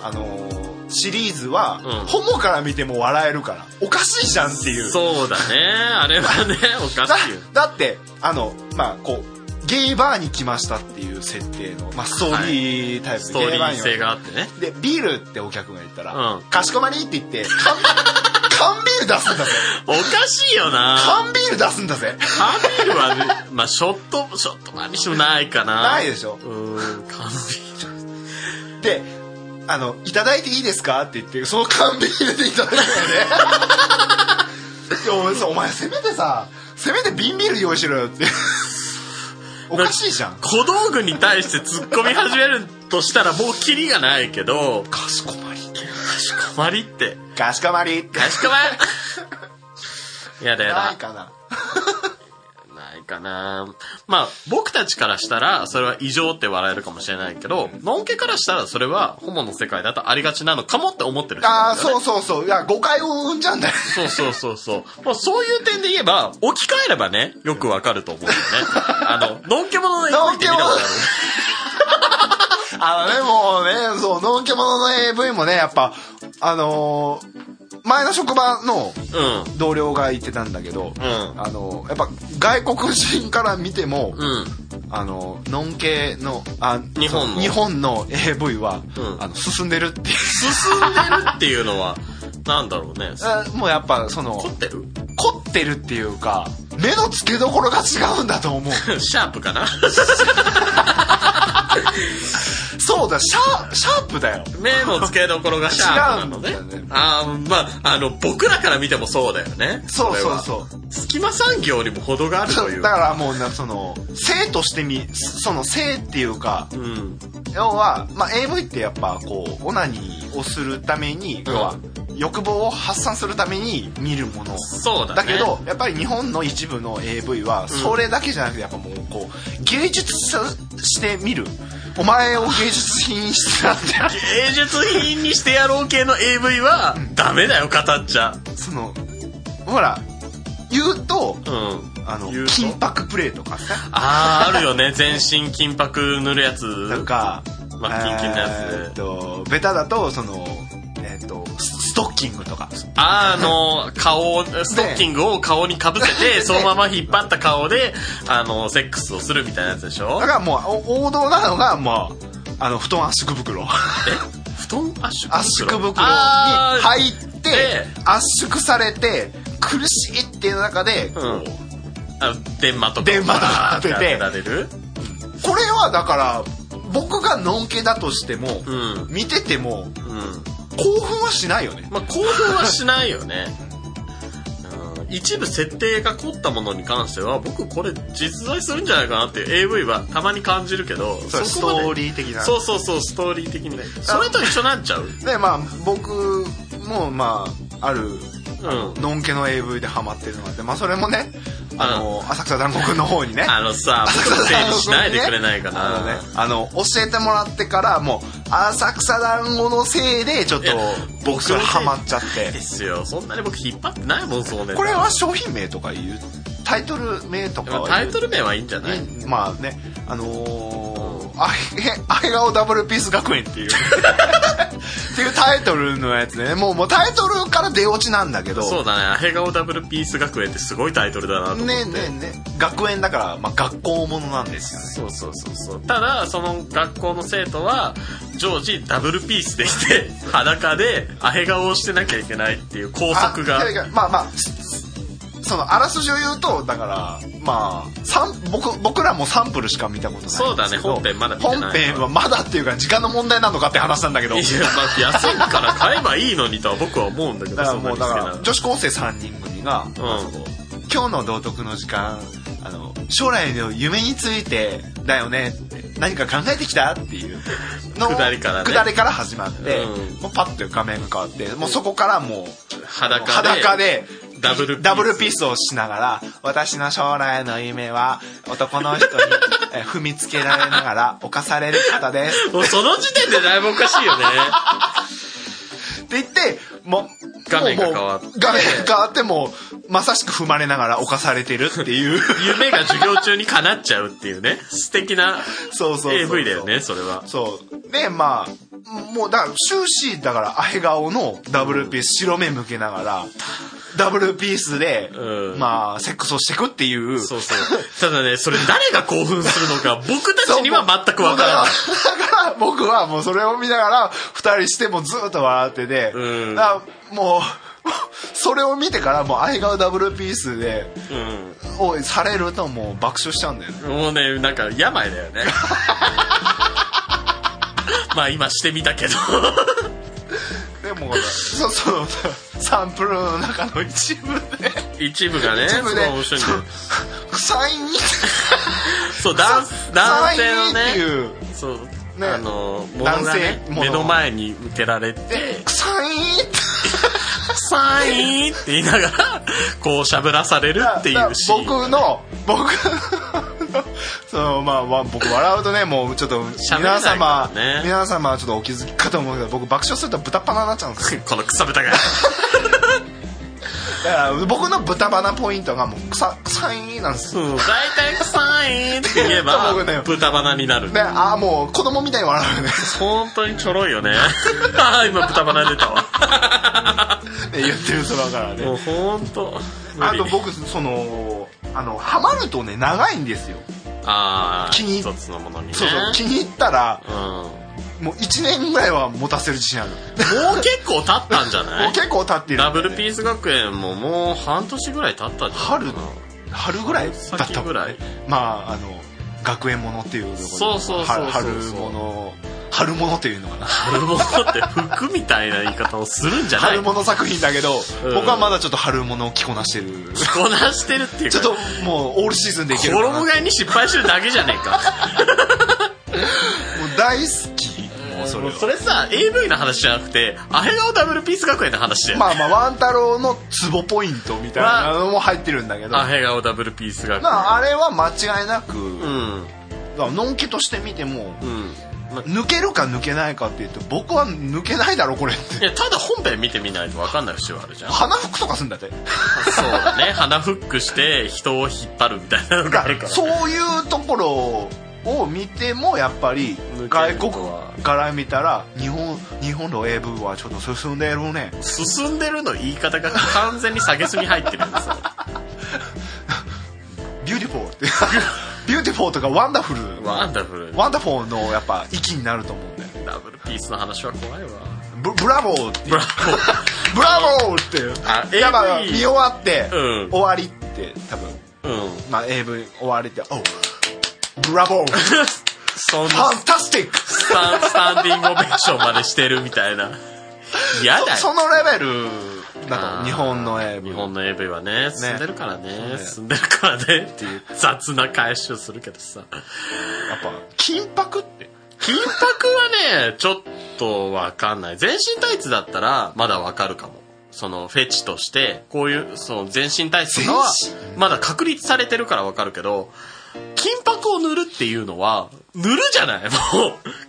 あのーシリーズは、うんホモから見ても笑えるからおかしいじゃんっていうそうだね。あれは ね、おかだしいよ。だってあのまあこうゲイバーに来ましたっていう設定の、まあ、ストーリータイプスで、トーゲリイバーに性があってね。でビールってお客が言ったら「うんかしこまり」って言って缶 缶ビール出すんだぜおかしいよな。缶ビール出すんだぜ缶ビールはね、まあ、ショット、ショットまでしてもないかな。ないでしょうん、缶ビール。であの「いただいていいですか?」って言ってその缶ビールでいただく のねでお前さお前せめてさせめて瓶ビール用意しろよっておかしいじゃん小道具に対して突っ込み始めるとしたらもうキリがないけど、かかしこまりしこまりって。かしこまりってかしこま りやだやだ。ないかなないかなまあ、僕たちからしたら、それは異常って笑えるかもしれないけど、のんけからしたらそれは、ホモの世界だとありがちなのかもって思ってる人あなあんだよね、そうそうそういや誤解を生んじゃうんだよそうそうそうそう。もうそういう点で言えば、置き換えればね、よくわかると思うよね。 あの、のんけ者の絵描いてみたことあるのんけ。あのねもうねそうのんけものの AV もねやっぱあのー前の職場のうん。同僚が言ってたんだけど、んあのやっぱ外国人から見ても、うん。あの、ノン系の、あ日本の日本の AV は、うんあの、進んでるっていう。進んでるっていうのは、なんだろうね。 あもうやっぱ、その、凝ってる凝ってるっていうか、目の付けどころが違うんだと思う。シャープかな そうだ、シャープ、シャープだよ。目の付けどころがシャープなのね。違うんだよねあーまあ、あの、僕らから見てもそうだよね。そうれそうはそう。隙間産業にも程があるというだ。からもうな、その、性としてみ、その性っていうか、うん。要は、まあ、AV ってやっぱこう、オナニーをするために、要は、欲望を発散するために見るもの。そうだね。だけど、やっぱり日本の一部の AV は、それだけじゃなくて、やっぱもうこう、芸術さして見る。お前を芸術品にしてなんて、芸術品にしてやろう系の AV は、ダメだよ、語っちゃ。その、ほら、言うと、うん。あの、言うと金箔プレイとかさ、あー、あるよ ね。全身金箔塗るやつ。とか、まあキンキンのやつえーっと、ベタだと、その、えーっと、スストッキングとか。あーあの、顔を、ストッキングを顔に被せて、そのまま引っ張った顔で、あの、セックスをするみたいなやつでしょだからもう、お王道なのが、まあ、あの、布団圧縮袋。え布団圧縮袋圧縮袋にあー入ってで、圧縮されて、苦しいっていう中で、こううんあの電マとか電マとかバーって当てて当られるこれはだから、僕がのんけだとしても、うん見てても、うん興奮はしないよね。まあ興奮はしないよねうん一部設定が凝ったものに関しては僕これ実在するんじゃないかなっていう AV はたまに感じるけどそうスそトこまでーリー的な。そうそうそうストーリー的にねそれと一緒になっちゃうで、まあ、僕も、まあ、ある、うんのんけの AV でハマってるのがあって、まあ、それもね、あの、浅草団子くんの方にね、あのさ僕のせいにしないでくれないかあのねな、あの、教えてもらってから、もう、浅草団子のせいで、ちょっといや、僕それ僕ハねマっちゃっでて。すよそんなに僕引っ張ってないもんそうねこれは商品名とか言うタイトル名とかはタ言イうトル名はいいんじゃない、ねまあね、あのー、あへ、あへがおダブルピース学園っていう。 っていうタイトルのやつね。もう、もうタイトルから出落ちなんだけど。そうだね、アヘガオダブルピース学園ってすごいタイトルだなと思って。ねえねえねえ。学園だから、まあ学校ものなんですよね。そうそうそうそう。ただ、その学校の生徒は、常時ダブルピースでいて、 裸でアヘ顔をしてなきゃいけないっていう拘束があい。やいやまあまあすすそのあらすじを言うとだからまあサン僕僕らもサンプルしか見たことないんですけどそうだね本編まだ見てない本編はまだっていうか時間の問題なのかって話なんだけどいや、まあ、安いから買えばいいのにとは僕は思うんだけ ど、だからそんなもうにだ好きかなら女子高生3人組が、うん。今日の道徳の時間あの将来の夢についてだよねって何か考えてきたっていうの を下りからね下りから始まって、うんもうパッと画面が変わってもうそこからもう裸で。裸でダブルピースダブルピースをしながら私の将来の夢は男の人にえ踏みつけられながら犯される方ですもうその時点でだいぶおかしいよね。って言ってもう画面がもう変わってもう画面が変わってもうまさしく踏まれながら犯されてるっていう 夢が授業中に叶っちゃうっていうね、素敵なそうそうそう AV だよね、それは。そうでまあもうだから終始だからアヘ顔のダブルピース白目向けながらダブルピースで、うんまあセックスをしていくっていうそうそう。ただね、それ誰が興奮するのか、僕たちには全くわからない。だから僕はもうそれを見ながら二人してもずっと笑ってて、うんだからもうそれを見てからもう「アイガウダブルピースで」をされるともう爆笑しちゃうんだよねうん。もうね、なんか、病だよ ね。まあ今してみたけど。でもそそのサンプルの中の一部で 一部がね、一すご部いで面白いんだよ。 「臭いに」 そう、男男性の臭いにってね、いうそう、ねあの、ものがね男性もの目の前に向けられて「、臭い」ってサインって言いな がら、こうしゃぶらされるっていうシーン。僕の僕のそのまあまあ僕笑うとねもうちょっと喋れ皆ないか様、らね皆様はちょっとお気づきかと思うけど僕爆笑すると豚鼻になっちゃうんですよこの草豚 が。だから僕の豚鼻ポイントがもう臭臭いなんですようん、大体臭いって言えば僕ね、豚鼻になる。ねああもう子供みたいに笑うよ ね本当にちょろい よね。あー今豚鼻出たわ。って言ってるそばからねもう本当。あと僕そのあのハマるとね長いんですよああ、気に一つのものにね。そうそう気に入ったらうん。もう1年ぐらいは持たせる自信あるもう結構経ったんじゃなもいう結構経ってるんでダブルピース学園ももう半年ぐらい経ったんじゃない春春ぐらいだった先ぐらいまああの学園ものっていうところでそうそうそうそう春春もの春物っていうのかな春物って服みたいな言い方をするんじゃない春着物作品だけど、うん僕はまだちょっと春物を着こなして るこなしてるっていうちょかっともうオールシーズンでいけるかな衣替えに失敗してるだけじゃねえかもう大好きもうそれもうはそれさ AV の話じゃなくてあれがダブルピース学園の話だよ、まあまあワン太郎のツボポイントみたいなのも入ってるんだけど、アヘ顔ダブルピース学園、まあ、あれは間違いなく、うんだからのんきとして見てもうんまあ抜けるか抜けないかって言うと僕は抜けないだろこれっていやただ本編見てみないと分かんない節はある じゃんそ鼻服とかすんだってうだね鼻フックして人を引っ張るみたいなのがあるからそういうところを見てもやっぱり外国から見たら日本日本の AV はちょっと進んでるね進んでるの言い方が完全に下げすみ入ってるんですよビューティフォーって ビューティフォーとかワンダフル ワはンダフルワンダフォーのやっぱ息になると思うんだよねダブルピースの話は怖いわブブラボーってブラボーブラボーって あやっぱ見終 AV わって、うん終わりって多分うんまあ AV 終わりって「おうブラボーフそんなァンタスティック!」スタンスタンディングオベーションまでしてるみたいな嫌だよそのレベルだあとー日本の AV 日本の AV はね進んでるからね進んでるからねっていう雑な返しをするけどさやっぱ金箔って金箔はねちょっとわかんない全身タイツだったらまだわかるかもそのフェチとしてこういうその全身タイツとかは全まだ確立されてるからわかるけど金箔を塗るっていうのは塗るじゃないもう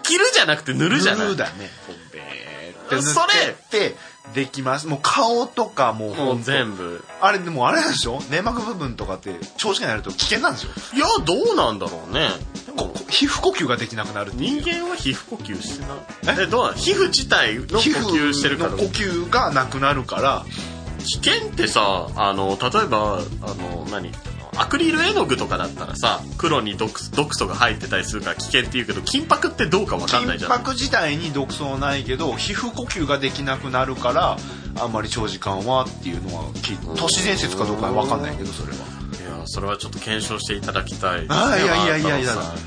着るじゃなくて塗るじゃないだねででそれってできますもう顔とかもうもほうんと全部あれでもあれなんでしょ粘膜部分とかって長時間やると危険なんですよいやどうなんだろうねここ皮膚呼吸ができなくなるってい人う間は皮膚呼吸してないえどうなの皮膚自体の呼皮膚吸してるからの呼吸がなくなるから危険ってさあの例えばあの何アクリル絵の具とかだったらさ黒に毒毒素が入ってたりするから危険って言うけど金箔ってどうか分かんないじ金ゃん箔自体に毒素はないけど皮膚呼吸ができなくなるからあんまり長時間はっていうのは聞い都市伝説かどうかは分かんないけどそれはいやそれはちょっと検証していただきたいですねあーいやいやいやいやあなたのさ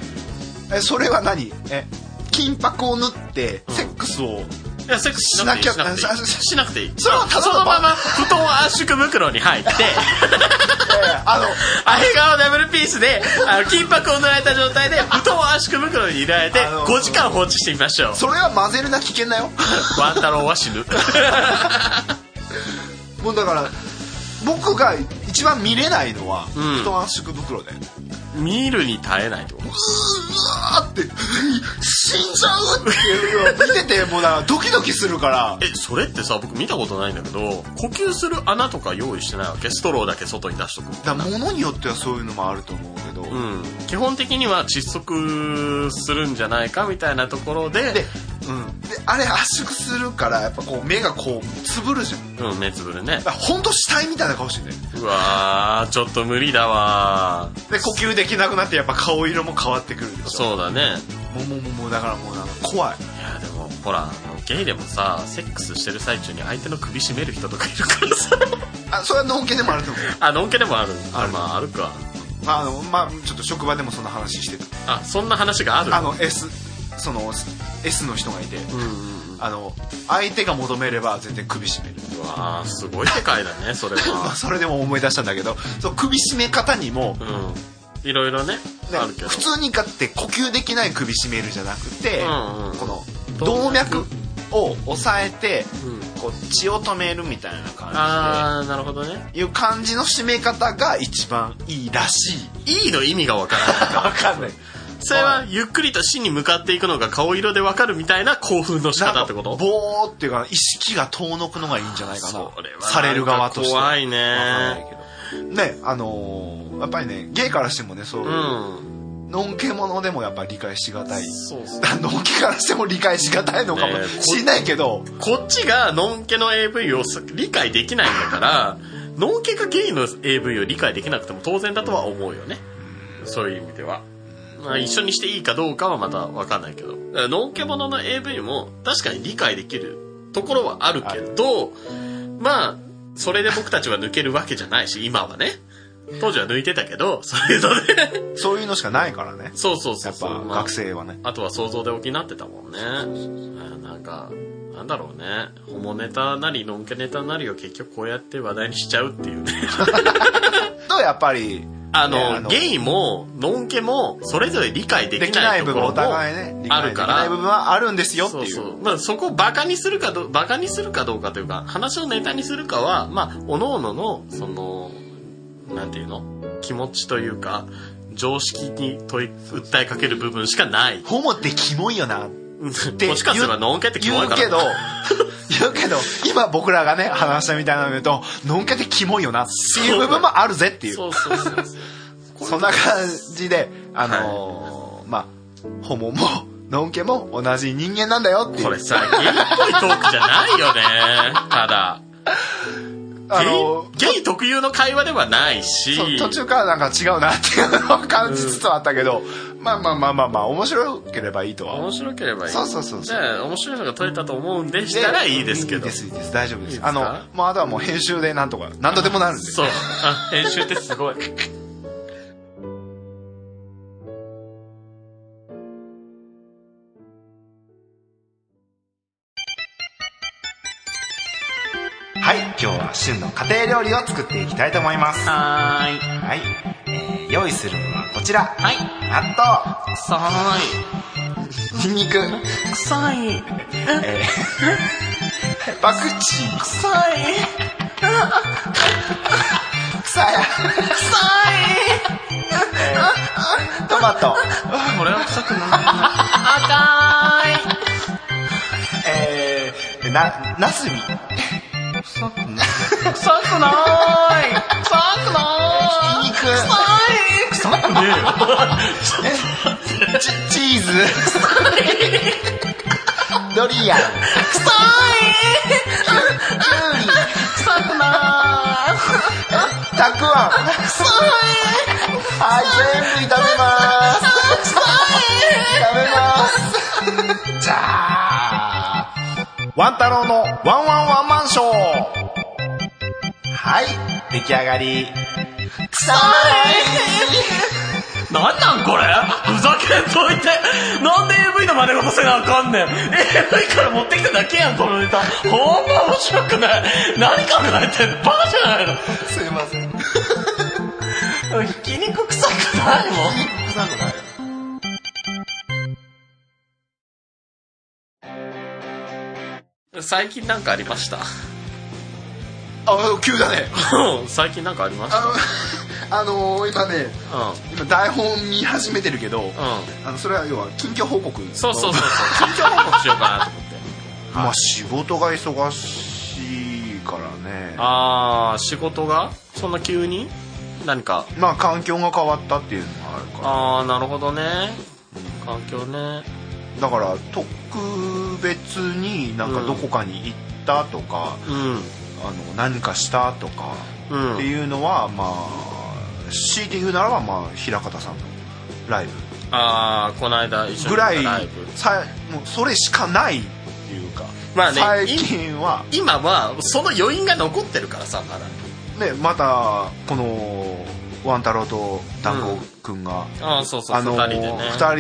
えそれは何え金箔を縫ってセックスを、いやセックスしなくていしいしななきゃくていいしなくていいそれはただのそのまま布団圧縮袋に 入ってあのアヘ顔ダブルピースであの金箔を塗られた状態で布団圧縮袋に入れられてあのー5時間放置してみましょうそれは混ぜるな危険だよ ワン太郎は死ぬもうだから僕が一番見れないのは、うん布団圧縮袋でう 見るに耐えないってことわーって死んじゃうっていうのを見ててもうだからドキドキするからえそれってさ僕見たことないんだけど呼吸する穴とか用意してないわけストローだけ外に出しとくだから物によってはそういうのもあると思うけど、うん基本的には窒息するんじゃないかみたいなところでで,、うん、であれ圧縮するからやっぱこう目がこうつぶるじゃんうん目つぶるねだからほんと死体みたいな顔してんだようわーちょっと無理だわで呼吸できなくなってやっぱ顔色も変わってくるでしょそうだねもうもうもうもうだからもうなんか怖いいやでもほらあのゲイでもさセックスしてる最中に相手の首絞める人とかいるから さあそれはのんけでもあると思うあのんけでもあるあるまああるかあのまあちょっと職場でもそんな話してたあそんな話があるあの S その S の人がいてうんうんあの相手が求めれば全然首絞めるうわーすごい世界だねそれまあ はそれでも思い出したんだけどそう首絞め方にも、うんいろいろねねあるけど普通にかって呼吸できない首絞めるじゃなくて、うんうんこの動動脈脈を押さえて、うんこう血を止めるみたいな感ああなるほどねじでいう感じの締め方が一番いいらしい E の意味がわからな わいかんないそれはゆっくりと死に向かっていくのが顔色でわかるみたいな興奮の仕なん方かってことぼーっていうか意識が遠のくのがいいんじゃないかなそれはなんかされる側として怖いねわかんないけどねあのーやっぱりねゲイからしてもねそうういんうのんけものでもやっぱり理解しがたい そうっすねあのんけからしても理解しがたいのかもねえしんないけどこっちがのんけの AV をさ理解できないんだからのんけがゲイの AV を理解できなくても当然だとは思うよねそういう意味では、まあ、一緒にしていいかどうかはまたわかんないけどだからのんけものの AV も確かに理解できるところはあるけどまあそれで僕たちは抜けるわけじゃないし今はね当時は抜いてたけど、そういうので。そういうのしかないからね。そうそうそやうっそう。ぱまあ学生はね。あとは想像で補ってたもんね。あなんか、なんだろうね。ホモネタなり、ノンケネタなりを結局こうやって話題にしちゃうっていうね。と、やっぱり、 あの、ねあのゲイも、ノンケも、それぞれ理解ででききなないいと部こ分ろおも互いね、理解あるできかない部ら、分はあるんですよってそういう。そう。まあそこをバカにするかど、バカにするかどうかというか、話をネタにするかは、まあ、各々の、その、なんていうの気持ちというか、常識に問い、訴えかける部分しかない。ホモってキモいよなっもてしかすれば、ノンケってキモ言いうからけど、 言うけど、今僕らがね、話したみたいなのを言うと、のんけてキモいよなっていう部分もあるぜっていう。そうそうそうそう。そんな感じで、あのーまあ、ホモも、のんけも同じ人間なんだよっていう。これさ、ゲイっぽいトークじゃないよね。ただ。あのゲイゲイ特有の会話ではないし。そう途中からなんか違うなっていうのを感じつつはあったけど、まあまあまあまあまあ、面白ければいいとは。面白ければいい。そうそうそうじそう。ゃあ、面白いのが取れたと思うんでしたらいいですけど。いいです、いいです、大丈夫です。いいですかあの、もうあとはもう編集でなんとか、なんとでもなるんです。そう。あ、編集ってすごい。はい、今日は旬の家庭料理を作っていきたいと思います。はーい。はい、えー用意するのはこちら。はい。納臭豆、ニンニク、い。臭い。えーパクチー、臭い。草や、臭トマト、い。これは臭くない。赤えー、な、ナスビ、い。臭くない。臭くない。ニンニク、臭い。臭くねチチーズ、ドリアン、臭い。キュウリ、臭くない。たくあん、臭い。はい、全部炒めます。食べます。じゃあ、ワン太郎のワンワンワンマンショー。はい、出来上がり。臭なんなんこれふざけんといてなんで AV の真似事せなあかんねん AV から持ってきただけやんこのネタほんま面白くない何考えてんのバカじゃないいすいません。臭のひき肉臭くないもんくない。最近なんかありましたあ、急だね。最近なんかありましたあの、あのー今ね、うんうん今台本見始めてるけど、あの、それは要は近況報告。そうそうそうそう近況報告しようかなと思ってまあ仕事が忙しいからね。あー仕事がそんな急に何かまあ環境が変わったっていうのがあるから。ああなるほどね環境ねだから特別になんかどこかに行ったとか、うんあの何かしたとかうんっていうのは、まあ強いて言うならば、まあ、平方さんのライブああこの間一緒にぐらいライブさもうそれしかないっていうか、まあね最近は、今はその余韻が残ってるからさまだね、またこのワン太郎と団子くんが、ああそうそう、あの2人でね二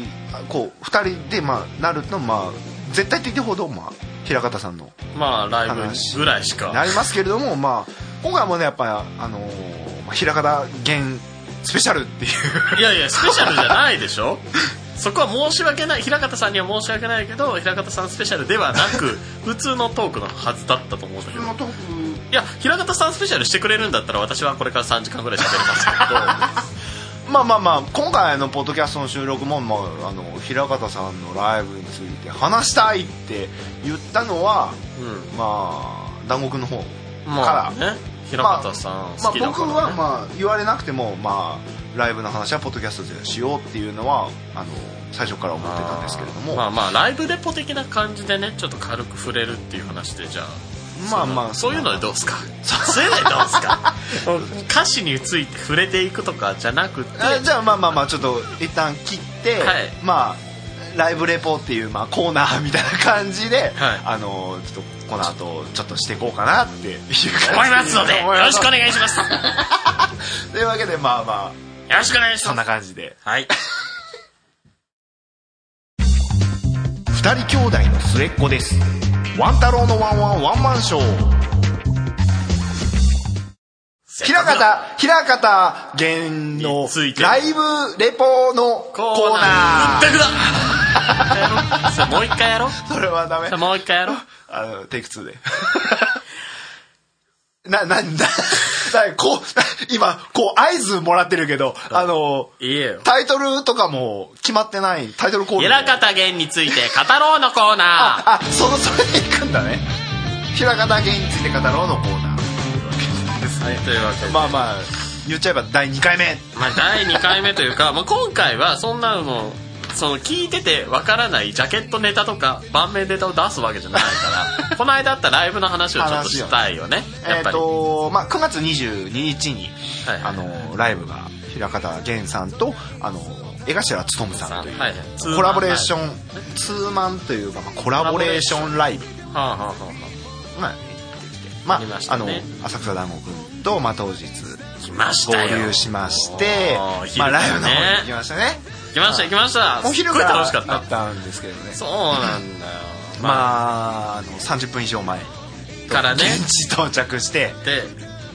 人こう2人で、まあ、なると、まあ、絶対的ほど、まあ、平方さんのまあライブぐらいしなかりますけれども、まあ、今回もねやっぱり、あのーまあ平方弦スペシャルっていういやいやスペシャルじゃないでしょ そこは申し訳ない平方さんには申し訳ないけど平方さんスペシャルではな く普通のトークのはずだったと思うんだけど普通のトークいや平方さんスペシャルしてくれるんだったら私はこれから3時間ぐらい喋りますけまあまあまあ今回のポッドキャストの収録も、まあ、あの平方さんのライブについて話したいって言ったのはど、まあ南国の方か うん、ら、まあね平方さんま好あ、きだ僕から、はねまあ言われなくても、まあ、ライブの話はポッドキャストでしようっていうのはあの最初から思ってたんですけれどもまあまあライブレポ的な感じでねちょっと軽く触れるっていう話でじゃあまあまあそういうのでどうすかそういうのでどうす か歌詞について触れていくとかじゃなくてあじゃあまあまあまあちょっと一旦切って、はいまあライブレポっていうまあコーナーみたいな感じで、はいあのちょっとこの後ちょっとしていこうかなっていう感じ思いますので、よ思いろましすくお願いし ます。よというわけでまあまあろしくお願いしそんます。な感じではい。二人兄弟の末っ子ですワン太郎のワンワンワンマンショー平方平方源のについてライブレポのコーナーぶったく ださあもう一回やろう。さそれはダメあもう一回やろう。あのテイク2で ななななこう今こう合図もらってるけどあのい えよ。タイトルとかも決まってないタイトルコールも平方源について語ろうのコーナあそのそれで行くんだね平方芸について語ろうのコーナーー。はい、というわけで。まあまあ言っちゃえば第2回目まあ、第2回目というか、まあ、今回はそんなのもその聞いててわからないジャケットネタとか盤面ネタを出すわけじゃないからこの間あったライブの話をちょっとしたいよねやえっっ、ぱり、とまあ9月22日に、はいあのライブが平方芸さんとあの江頭勉さんという、はいはいコラボレーションツーマンというか、まあ、コラボレーションライブはあはあはあはが行ってきて、まあありましあたのね浅草団子くんと、まあ、当日あ来ました合よ流しましておー、昼まかあ、らラねイブの方に行きましたね行きました行きましたお昼かすっごいら楽しかっだったたんですけどねそうなんだよまああの30分以上前からね現地到着してで、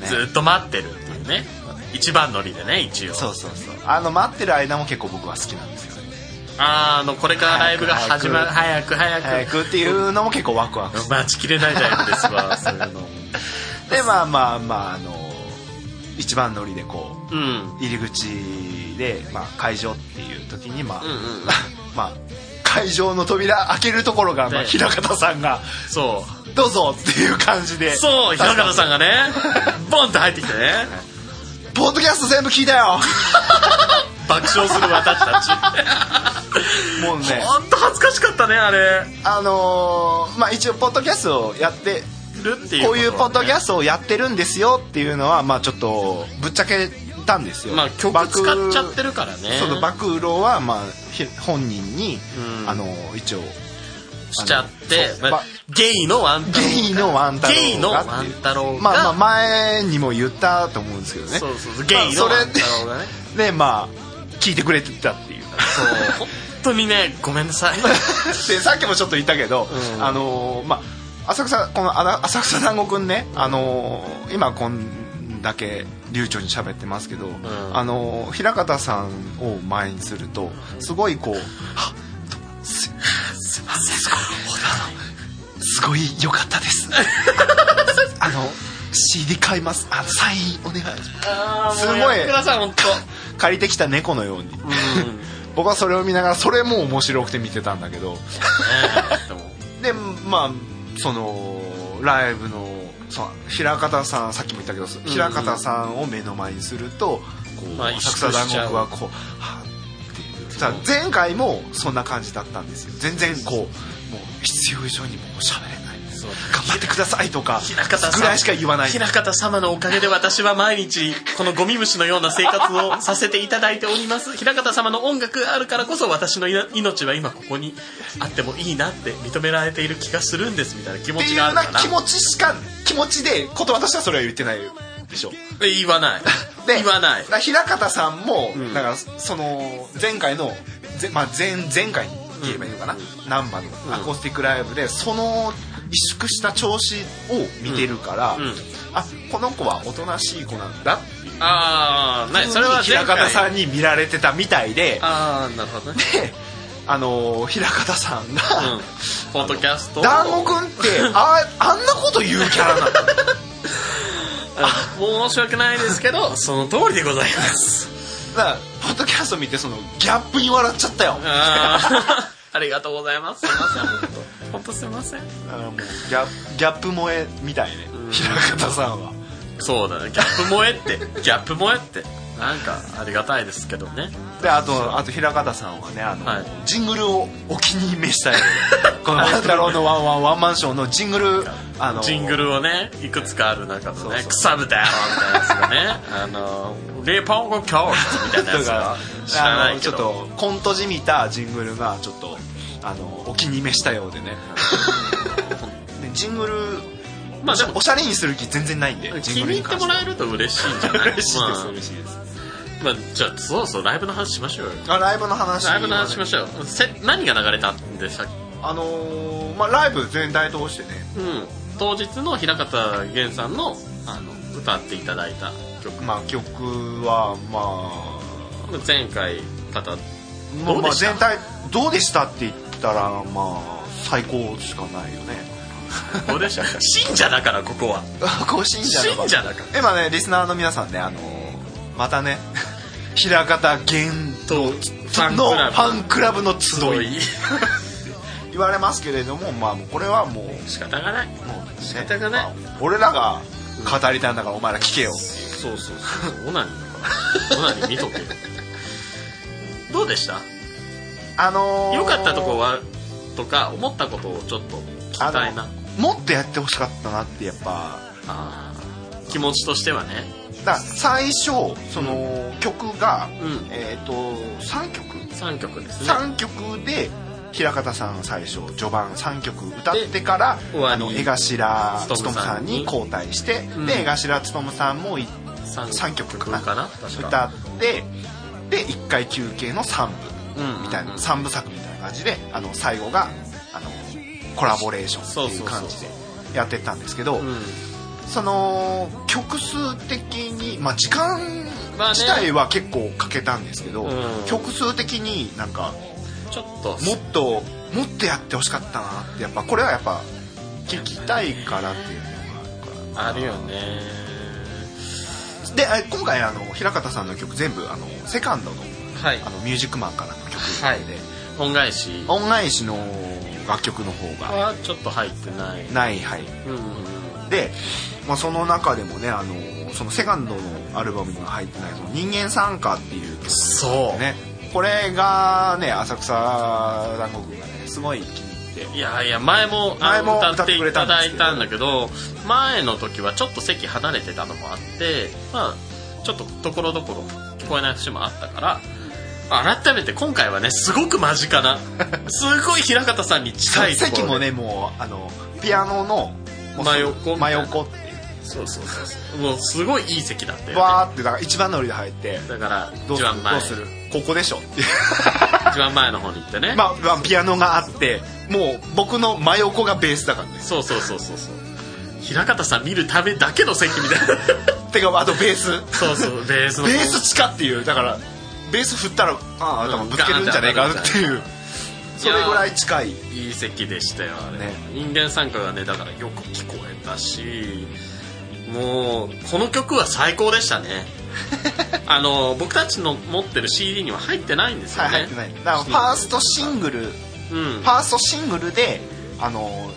ずっと待ってるっていうね一番乗りでね一応そうそうそうあの待ってる間も結構僕は好きなんですよねあーあのこれからライブが始まる早く早く早くっていうのも結構ワクワク待ちきれないじゃないですかそういうのもでまあまあまああの一番乗りでこううん入り口で、まあ、会場っていう時にまあ、うんうんうん まあ会場の扉開けるところが、まあ、ね平方さんがそ「どうぞ」っていう感じでう。そう、平方さん がね、ボンと入ってきてね、ポッドキャスト全部聞いたよ爆笑する私たち。もうねほんと恥ずかしかったね、あれ。 あのーまあ一応ポッドキャストをやってるっていうこういうポッドキャスストをやってるんですよっていうのはまあちょっとぶっちゃけたんですよまあ曲使っちゃってるからね。その暴露はまあひ本人に、うんあの一応しちゃってあの、そうまあばゲイのワンタロゲイのワンタロウがっていうゲイのワンタロウがまあまあ前にも言ったと思うんですけどねそうそうそう、ゲイのワンタロウがね。でまあ聞いてくれてたっていうそう、本当にね、ごめんな さい。でさっきもちょっと言ったけど、うんあのーまあ浅草このあら浅草南国くんね、あのー今こんだけ流暢に喋ってますけど、んあのー平方さんを前にするとすごいこうはっすすいません。すごい良かったです あの CD 買いますあのサインお願いしますあーすごいもうやってください、ほんと。 借りてきた猫のように、うん。ね僕はそれを見ながらそれも面白くて見てたんだけどででもまあそのライブのそう平方さんさっきも言ったけど、平方さんを目の前にするとこう、まあ萎浅草縮し団ちゃう子はこうはあっていうさ前回もそんな感じだったんですよ全然こうもう必要以上にもう喋れないそう頑張ってくださいとか平方さんぐらいしか言わない平方様のおかげで私は毎日このゴミ虫のような生 活をさせていただいております平方様の音楽があるからこそ私のいな命は今ここにあってもいいなって認められている気がするんですみたいな気っ持ていちうがよあうるなから気持ちしか気持ちで言葉としてはそれは言ってないでしょ言わないで言わないだから平方さんも、んだからその前回の、ぜまあ、前前回に言えばいいのかな、ナンバーのアコースティックライブでその萎縮した調子を見てるから、うんうんあこの子はおとなしい子なんだっていうああないそれは前平回方さんに見られてたみたいでああなるほどねであのー平方さんうんがポッドキャス「ト団子くんってああんなこと言うキャラなんだ」うん申し訳ないです けどその通りでございますだからポッドキャスト見てそのギャップに笑っちゃったよあー ありがとうございますすいません本当本当すいませんあのもうギャギャップ萌えみたいね平方さんはそうだねギャップ萌えってギャップ萌えってなんかありがたいですけどねであとあと平方さんはねあの、はいジングルをお気に召 したようでこの「万太郎のワンワンワンマンション」のジングルあのジングルをねいくつかある中のそうねそう草豚みたいなやつ がねあのレポンゴ教室みたいなやとつがか知らあなのいちけょっどとコントじみ たジングルがちょっとあのお気に召したようでねでジングル、まあでもおしゃれにする気全然ないんで、ジ気ングルに入ってもらええると嬉しいんじ ゃな嬉しいいですま嬉しいですあ、まあじゃあそうそうライブの話しましょうよあ、ライブの話。ライブの話しましょうせ何が流れたんでしたっけあのー、まあライブ全体通してね、うん、当日の平方源さんのあの歌っていただいた曲まあ曲は、ま前回方あ、どまうであした全体、どうでしたって言ったら、まあ、最高しかないよね。どうでしたか信者だからこ こは更新者信の方者だから今ねリスナーの皆さんねあのーまたね 平方玄とファンのクフラブァンクラブの集同い意言われますけれどもまあもうこれはもうも仕方がないう仕方がない俺らが語りたいんだからお前ら聞けよそうそうそうオナニーだからオナニー見とけよどうでしたあのー良かったとこはとか思ったことをちょっと聞きたいなもっとやってほしかったなってやっぱあー気持ちとしてはねだから最初その曲が、うんえっ、と3曲3曲ですね3曲で平方さん最初序盤3曲歌ってから終わありの江頭努勉ささんんにに交代して、んで江頭勉さんもい三3曲かなかな確か歌ってで1回休憩の3部うんみたいうんな3部作みたいな感じであの最後があのコラボレーションっていう感じでやってったんですけどうんその曲数的に、まあ、時間まあね自体は結構かけたんですけど、うん曲数的になんかちょっともっともっとやってほしかったなってやっぱこれはやっぱ聞きたいからっていうのがあるからあるよねであ今回あの平方さんの曲全部あのセカンドのはいあのミュージックマンからの曲で、はい恩返し恩返しの楽曲の方がはちょっと入ってないないはいうんうんで、まあ、その中でもねあのそのセカンドのアルバムには入ってない「その人間参加」っていう曲そねこれがね浅草団子君がねすごい気に入っていやいや前もあ前のも歌歌っってていくれたたんでだすいけどたんだけど前の時はちょっと席離れてたのもあってまあちょっとところどころ聞こえない節もあったから改めて今回はねすごく間 近なすごい平方さんに近いところで席もねもうあのピアノのもう真横真横っていうそうそうそうそうもうすごいいい席だったよ、ね、わーってだから一番乗りで入ってだからどう一する番ど前うするここでしょ っていう一番前の方に行ってね、まあ、まあピアノがあってもう僕の真横がベースだからねそうそうそうそうそう平方さん見るためだけの席みたいな てかあとベースそうそうベースのベース地下っていうだからベース振ったらああ頭ぶつけるんじゃないかっていうそれぐらい近いいい席でしたよあれ、ね人間参加がねだからよく聞こえたしもうこの曲は最高でし たねあの僕たちの持ってる CD には入ってないんですよはねい、入ってないだからファーストシングルフうんァーストシングルであの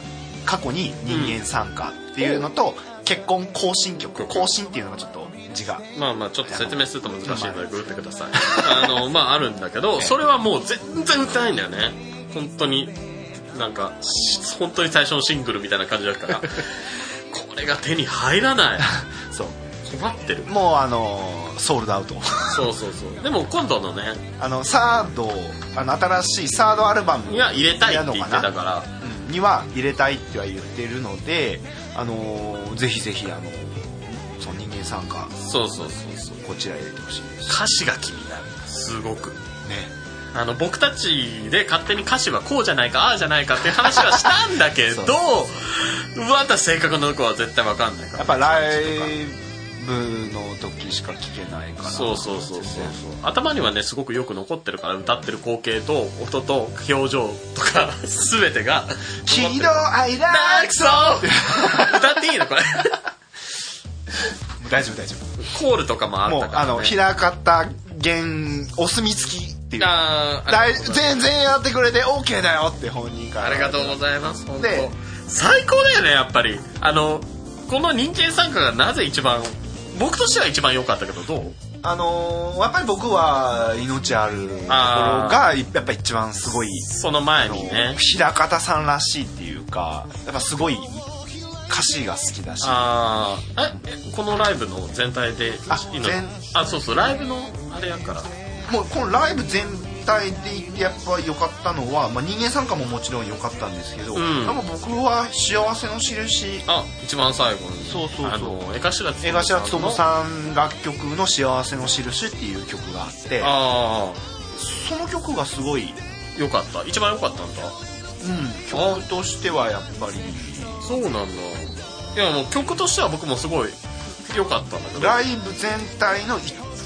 過去に「人間参加」っていうのと「結婚更新曲」更新っていうのがちょっと字がまあまあちょっと説明すると難しいのでググってくださいあのまああるんだけどそれはもう全然売ってないんだよね本当になんかし本当に最初のシングルみたいな感じだから これが手に入らないそう困って るもうあのソールドアウト そうそうそうでも今度のねあのサードあの新しいサードアルバムには入れたいって言ってたやるのかからなうんには入れたいっては言ってるのであのぜひぜひあのその人間参加そうそうそうそうこちら入れてほしいです歌詞が気になるすごくねあの僕たちで勝手に歌詞はこうじゃないかああじゃないかっていう話はしたんだけどそううわあんた正確なとこは絶対わかんないからやっぱライブの時しか聞けないからそうそうそうそうそう頭にはねすごくよく残ってるから歌ってる光景と音と表情と か全てが「ヒーローアイラあッーくクそー歌っていいのこれス!」大丈夫大丈コールとかもあ夫もったうから、あね、の平方源お墨付きっていうあーあ大りがとうござい全然やってくれて OK だよって本人かますらありがとうございます本で当最高だよねやっぱりあのこの人間参加がなぜ一番僕としては一番良かったけどどうあのーやっぱり僕は命あるところがやっぱ一番すごいその前あのにね平方さんらしいっていうかやっぱすごい歌詞が好きだしああえこのライブの全体であいいの全あそうそうライブのあれやからもうこのライブ全体で言ってやっぱ良かったのは、まあ、人間参加ももちろん良かったんですけど、うんなんか僕は幸せの印あ一番最後にそうそうそうあの江頭江頭の勉さん楽曲の「幸せの印」っていう曲があってあその曲がすごい、うん、あよかった一番よかったんだ曲としてはやっぱりそうなんだいやもう曲としては僕もすごい良かったんだけどライブ全体の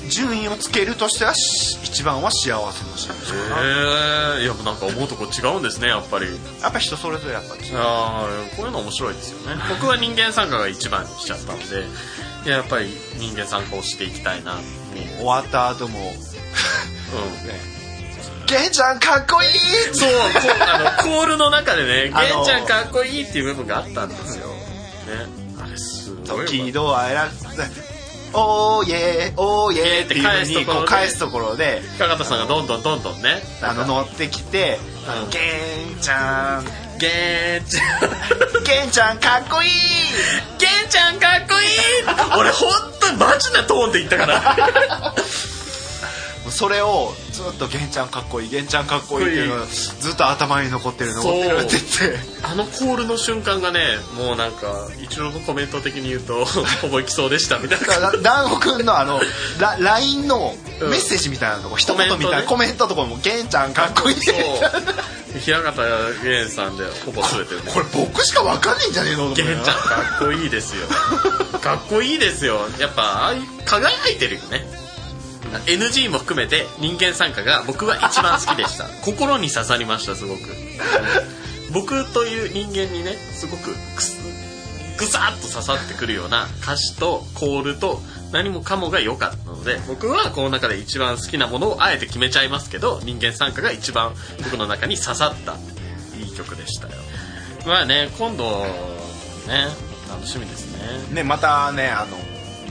順位をつけるとしてはし一番は幸せの印かなへえいやなんか思うとこ違うんですねやっぱりやっぱ人それぞれやっぱ違うああこういうの面白いですよね 僕は人間参加が一番にしちゃったんでいややっぱり人間参加をしていきたいなっていう、終わった後もうん、 「ゲンちゃんかっこいい!」ってそうこうあのコールの中でね「あの源ちゃんかっこいい」っていう部分があったんですよ、ね、あれすごい時にどうあらおーイえーおーイえーっていう風にこう返返すすところで深方さんがどんどんどんどんねあの乗ってきてう「んゲンちゃん「源ちゃん ゲンちゃんかっこいい!」源ちゃんかっこいい!」俺本当にマジなトーンで言ったから かそれをずっと「ゲンちゃんかっこいいゲンちゃんかっこいい」っていうのがずっと頭に残ってる残ってるって言ってあのコールの瞬間がねもうなんか一応のコメント的に言うと ほぼいきそうでしたみたいなだからダンホ君のあのラ LINE のメッセージみたいなとこ一言みたいなココメントとかも「ゲンちゃんかっこいい」そう平方源さんでほぼ全てこれ僕しかわかんねえんじゃねえのと思ゲンちゃんっかてっこいいですよかっこいいですよやっぱああいう輝いてるよね NG も含めて人間参加が僕は一番好きでした心に刺さりましたすごく僕という人間にねすごくくすぐさっと刺さってくるような歌詞とコールと何もかもが良かったので僕はこの中で一番好きなものをあえて決めちゃいますけど人間参加が一番僕の中に刺さったいい曲でしたよまあね今度ね楽しみですねねまたねあの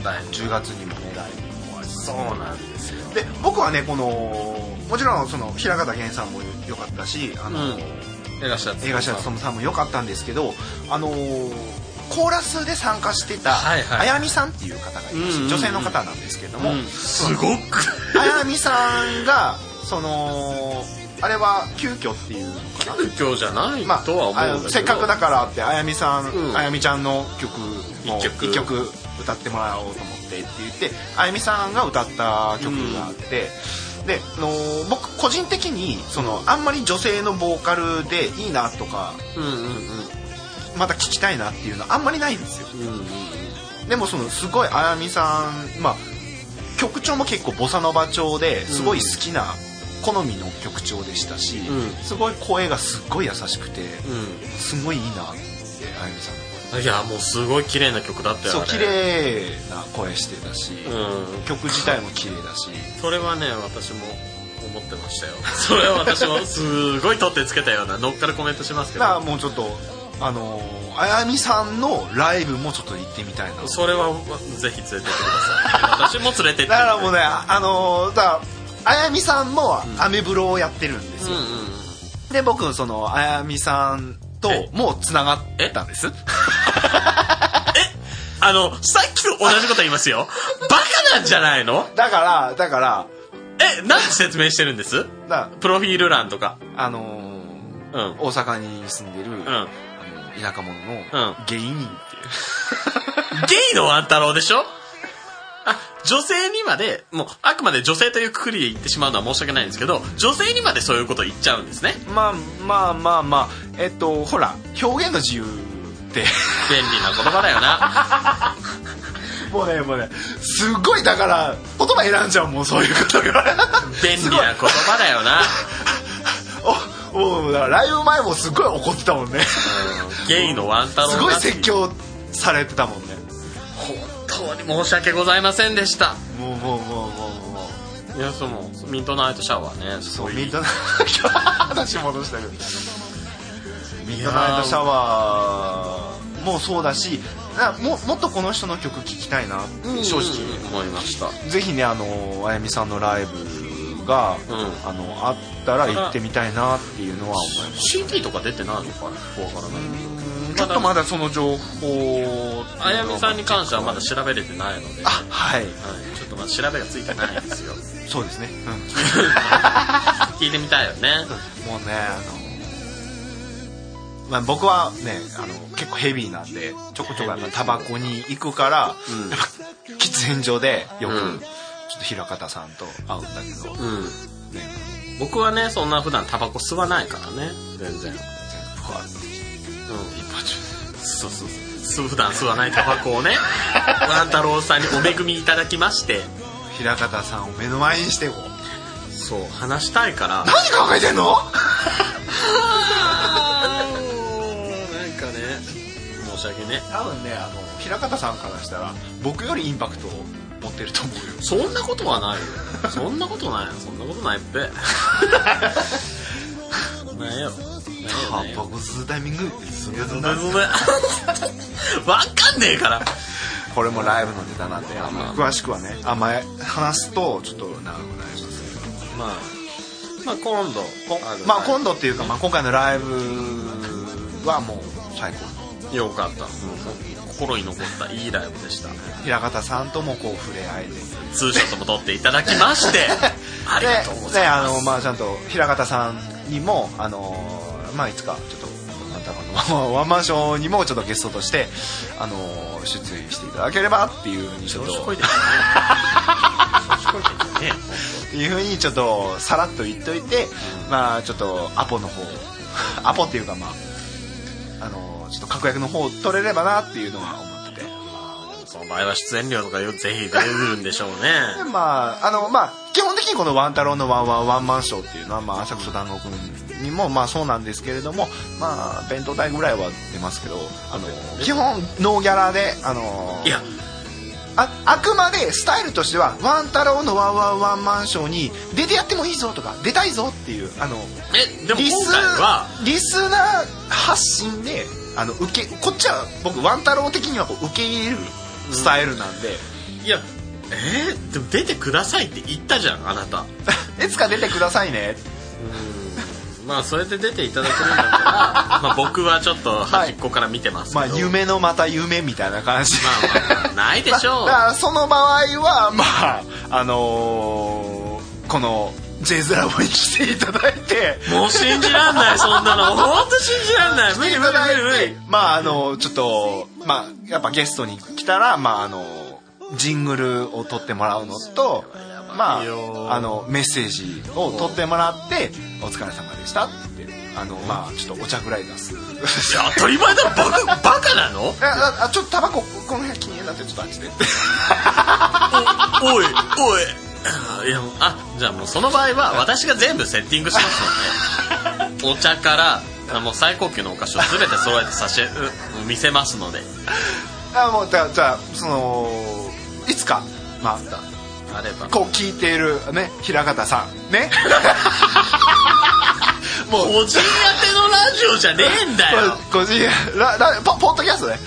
ライブ10月にもねライブもありますそうなんですよで僕はねこのもちろんその平方源さんも良かったしあうの、ん映画シャツ映画社勤さんも良かったんですけどあのーコーラスで参加してた、はいはいあやみさんっていう方がいまうんしうてんうん女性の方なんですけれども、うん すごくあやみさんがそのあれは急遽っていうのかな今日じゃないまあとは思うんだけど、あのせっかくだからってあやみさん、うんあやみちゃんの曲も一曲一曲歌ってもらおうと思ってって言ってあやみさんが歌った曲があって、で、あのー僕個人的にそのあんまり女性のボーカルでいいなとかうんうんうんまた聞きたいなっていうのはあんまりないんですようんうんでもそのすごいあやみさんまあ曲調も結構ボサノバ調ですごい好きな好みの曲調でしたし、うんすごい声がすっごい優しくてうんすごいいいなってあやみさんいやもうすごい綺麗な曲だったよそうあれ綺麗な声してたし、うん曲自体も綺麗だしそれはね私も思ってましたよそれは私もすごい取ってつけたような乗っかるコメントしますけだからどもうちょっとあのーあやみさんのライブもちょっと行ってみたいなそれはぜひ連れてってください私も連れてってだからもうねああのーだからあやみさんもアメブロをやってるんですうんよ、うんうんで僕そのあやみさんとえもうつながったんですあのさっきと同じこと言いますよバカなんじゃないのだからだからえなんて説明してるんですだプロフィール欄とかあのーうん大阪に住んでる、うあのん田舎者のう芸人っんていう、ゲイの万太郎でしょあ女性にまでもうあくまで女性というくくりで言ってしまうのは申し訳ないんですけど女性にまでそういうこと言っちゃうんですねまあまあまあまあえっとほら表現の自由って便利な言葉だよな もうねもうねすっごいだから言葉選んじゃうもうそういうことが便利な言葉だよな おもうだからライブ前もすっごい怒ってたもんねゲイのワン太郎すがごい説教されてたもんね本当に申し訳ございませんでしたもうもうもうもうもういやそうもうミントナイトシャワーねすそごういミッドナイト 話戻したけどミッドナイトシャワーもそうだしなももっとこの人の曲聴きたいなって正直うん思いましたぜひねあのあやみさんのライブが、うんあのあったら行ってみたいなっていうのは思います CD とか出てないのかなわからないちょっとまだその情報あやみさんに関してはまだ調べれてないのであはいはい、ちょっとまだ調べがついてないんですよそうですね。うん。聞いてみたいよねもうね、あの、まあ、僕はね、あの、結構ヘビーなんで、ちょこちょこやっぱタバコに行くから、うんやっぱ 喫煙所でよく、うんちょっと平方さんと会うんだけど、うんね、僕はねそんな普段タバコ吸わないからね全然うん僕は一発そうそうそう普段吸わないタバコをね 万太郎さんにお恵みいただきまして平方さんを目の前にしてこう、そう話したいか何ら考えてんのなんかね申し訳ね多分ね、あの、平方さんからしたら、僕よりインパクトを持ってると思うよ。そんなことはないよそんなことないよそんなことないっ ぺないよないよないよコ吸うタイミングってすごいごめんご めんわかんねえからこれもライブのネタなんで、あんま詳しくはね、あんま話すと、ちょっと長くなりますけど。まあまあ今度このまあ今度っていうか、まあ、今回のライブはもう最高よかった、心に残ったいいライブでした平方さんともこう触れ合えてツーショットも撮っていただきま してありがとうごでざねいあまのす、まあちゃんと平方さんにもあのーまあいつかちょっとあなたの ワンマンショーにもちょっとゲストとしてあのー出演していただければっていうふうにちょっ調子とこっい てるね調子こいてるねていうふうにちょっとさらっと言っといてまあちょっとアポの方アポっていうかまああのーちょっと確約の方を取れればなっていうのは思っててその場合は出演料とかよぜひ出るんでしょうねでまあ、あの、まあ、基本的にこのワン太郎のワンワンワンマンショーっていうのは、まあ、浅草団子くんにも、まあそうなんですけれども、まあ、弁当代ぐらいは出ますけど、あの、基本、ノーギャラで、あのい、やあ、あくまでスタイルとしては、ワン太郎のワンワンワンマンショーに出てやってもいいぞとか、出たいぞっていう、あの、えでもリ今ス回はリスナー発信で、あの、受け、こっちは僕、ワン太郎的にはこう受け入れるスタイルなんで、いやえー、でも出てくださいって言ったじゃんあなた いつか出てくださいね。まあそれで出ていただけるんだったら まあ僕はちょっと端っこから見てますけど、まあ、夢のまた夢みたいな感じでまあまあないでし ょ うだからその場合はまああのーこの J ズラボに来ていただいてもう信じらんないそんなの本当信じらんない無理無いただい理て無理無理まああのちょっとまあやっぱゲストに来たらまああのジングルを撮ってもらうのとまいいよああのメッセージを撮ってもらって「お疲れ様でした」ってあのまあちょっとお茶ぐらい出すいや当たり前だろバカバカなのあああちょっとタバコこの辺禁煙になってちょっとあっちでおいおいあいやあじゃあもうその場合は私が全部セッティングしますのでお茶からあもう最高級のお菓子を全て揃えて差しう見せますのであもうじゃあじゃあそのいつかまああればこう聞いているね平方さんねもう個人宛てのラジオじゃねえんだよ個人 ララポポッドキャストね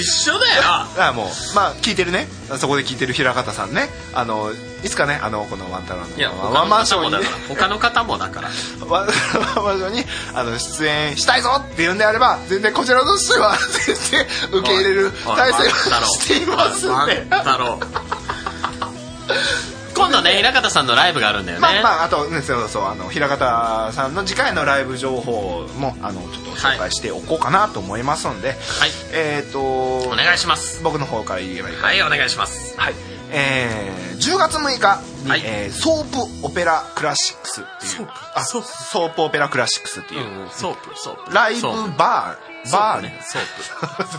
一緒だよあもうまあ聞いてるねそこで聞いてる平方さんねあのいつかねあのこのワンタロウいやのワ他ンのマンショ方ーもにねだから他の方もだから ワンマンショーにあの出演したいぞっていうんであれば全然こちらとしては全然受け入れる体制をしていますんで万 太郎今度ね平方さんのライブがあるんだよね、まあまああとねそうそうあの平方さんの次回のライブ情報もあのちょっと紹介しておこうかなと思いますんで、はいえっ、とお願いします僕の方から言えばいいかなはいお願いしますはい、えー10月6日に、はいえーソープオペラクラシックスっていうソープあソープソープオペラクラシックスっていう、ソープソープライブソープバーバーにソー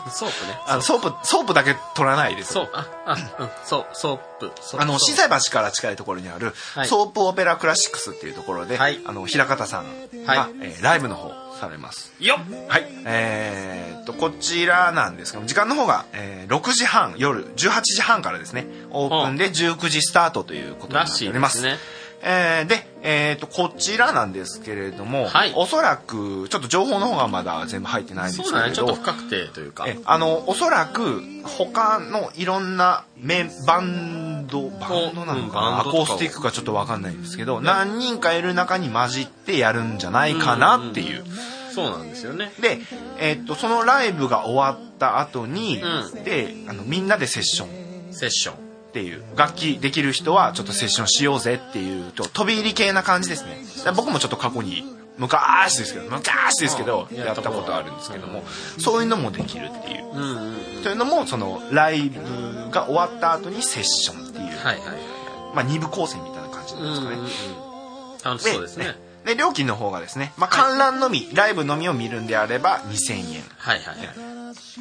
プソープねあのソープソープだけ取らないですソープああうんそうソープソープあの、ソ資ープ材橋から近いところにある、はいソープオペラクラシックスっていうところで、はいあの、平方さんが、はいえーライブの方されます。よっはい。えーっと、こちらなんですけども、時間の方が、えー6時半、夜18時半からですね、オープンで19時スタートということにならってしおいりでます。すねえーで、えーっと、こちらなんですけれども、はいおそらく、ちょっと情報の方がまだ全部入ってないんでそすうけだれねちょど、っと深くてというかえあのおそらく他のいろんなメンバンドバンドなのかな、アうんバンドとかコースティックかちょっと分かんないんですけど、何人かいる中に混じってやるんじゃないかなっていう、そうなんですよねで、えっとそのライブが終わった後に、うであのみんなでセッションセッションっっていう楽器できる人はちょっとセッションしようぜっていうと飛び入り系な感じですねだから僕もちょっと過去に昔ですけど昔ですけどうんやったことあるんですけどもそういうのもできるっていううんうんうんというのもそのライブが終わった後にセッションっていう、はいはいはいまあ、2部構成みたいな感じなんですかね、楽しそうですねで料金の方がですね、まあ、観覧のみ、ライブのみを見るんであれば2000円はいはいはい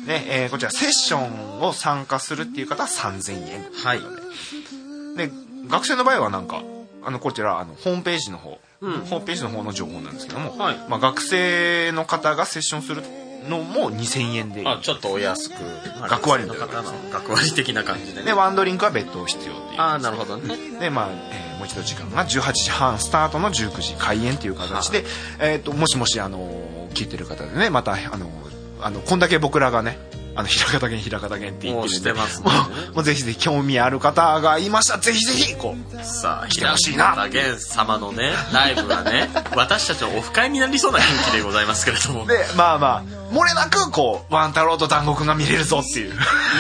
ねえーこちらセッションを参加するっていう方は3000円はいで学生の場合はなんかあのこちらあのホームページの方、うんホームページの方の情報なんですけども、はいまあ、学生の方がセッションするのも2000円であちょっとお安く学割みのたいな方の学割的な感じででねワンドリンクは別途必要っていうああなるほ どねでまあ、えーもう一度時間が18時半スタートの19時開演という形で、えー、ともしもし、あのー聞いてる方でねまた、あのーあのこんだけ僕らがねあの平方弦平方弦って言っもてうるしんでてますももうもうぜひぜひ興味ある方がいましたらぜひぜひこうさあ来てほしいな平方源様のねライブはね私たちのオフ会になりそうな雰囲気でございますけれどもいでまあまあ漏れなくこうワン太郎と団子くんが見れるぞっていう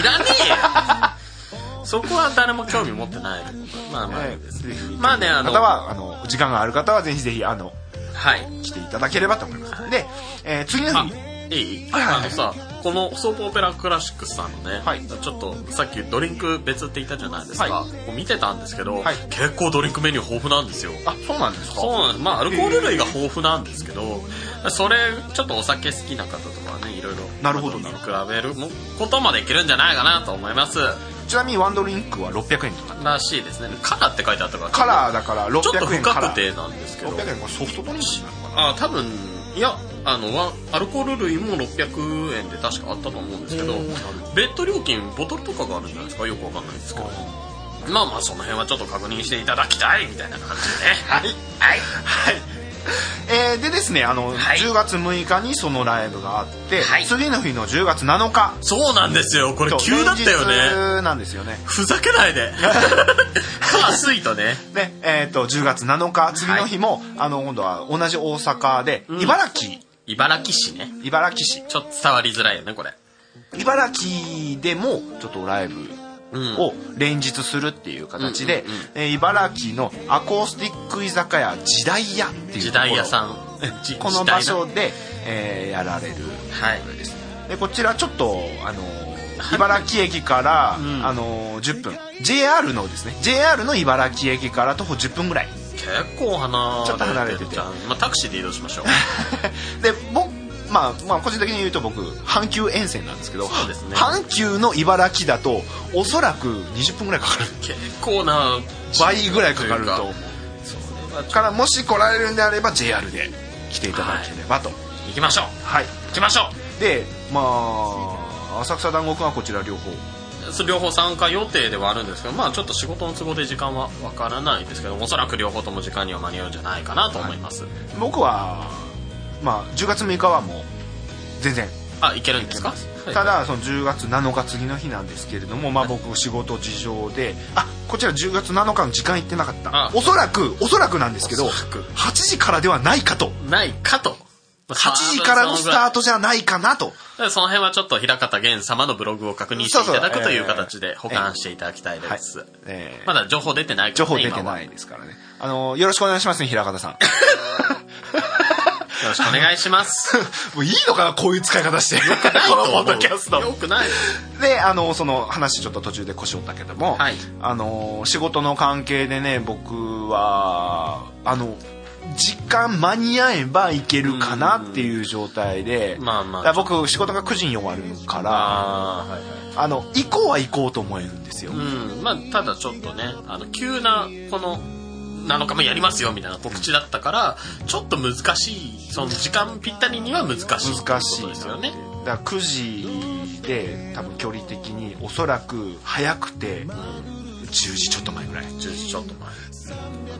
らねえよそこは誰も興味持ってないまあまあいいですぜひまあねあの方はあの時間がある方はぜひぜひあのはい来ていただければと思いますで、えー次のあ日、いいはいはいはいあのさ、このソープオペラクラシックスさんのね、はいちょっとさっきドリンク別って言ったじゃないですか。はこう見てたんですけど、はい結構ドリンクメニュー豊富なんですよ。あそうなんですかそうなんです。まあ、アルコール類が豊富なんですけど、それ、ちょっとお酒好きな方とかね、いろいろ。なるほど比べることまでいけるんじゃないかなと思います。ちなみにワンドリンクは600円とからしいですね。カラーって書いてあったから。カラーだからちょっと600円カ深ラくーてなんですけど。 600円これソフトドリンクなのかなあ多分いやあのワンアルコール類も600円で確かあったと思うんですけどおーなるベッド料金ボトルとかがあるんじゃないですかよくわかんないですけどまあまあその辺はちょっと確認していただきたいみたいな感じでねはいはいえーでですねあの、はい10月6日にそのライブがあって、はい次の日の10月7日そうなんですよこれ急だったよねねなんですよねふざけないで 火水とねで、えー、と10月7日次の日も、あの今度は同じ大阪で、うん茨城茨城市ね茨城市ちょっと伝わりづらいよねこれ茨城でもちょっとライブうんを連日するっていう形で、うんうんうんえー茨城のアコースティック居酒屋時代屋っていう時代屋さんんじこの時代な場所で、えーやられるはいこれですでこちらちょっとあのはい茨城駅から、うんあの10分 JR のですね JR の茨城駅から徒歩10分ぐらい 結構離れてちょっと離れててるじゃんまあ、タクシーで移動しましょうで僕まあ、まあ個人的に言うと僕阪急沿線なんですけどそうですね阪急の茨城だとおそらく20分ぐらいかかる結構な倍ぐらいかかると思うからもし来られるんであれば JR で来ていただければと行きましょうはい、行きましょでまあ浅草団子くんはこちら両方うそ両方参加予定ではあるんですけどまあちょっと仕事の都合で時間はわからないですけどおそらく両方とも時間には間に合うんじゃないかなと思います、僕はまあ10月6日はもう全然あ行けるんですかただだその10月7日次の日なんですけれどもまあ僕仕事事情であこちら10月7日の時間行ってなかったあおそらくおそらくなんですけどおそらく8時からではないかとないかと8時からのスタートトじゃないかなとその辺はちょっと平方源様のブログを確認していただくという形で保管していただきたいではいす、えーまだ情報出てないか情ら、ね、報出て今はなよいですからねあのよろしくお願いしますね平方さんろしくお願いします もういいのかなこういう使い方して このポッドキャストよくないであのその話ちょっと途中で腰折ったけども、はいあの仕事の関係でね僕はあの時間間に合えば行けるかなっていう状態で、うんまあまあだから僕仕事が9時に終わるからああはいはいあの行こうは行こうと思えるんですよ、うん、まあただちょっとねあの急なこの7日もやりますよみたいな告知だったからちょっと難しいその時間ぴったりには難しい難しいってことですよねだから9時で多分距離的におそらく早くて10時ちょっと前ぐらい10時ちょっと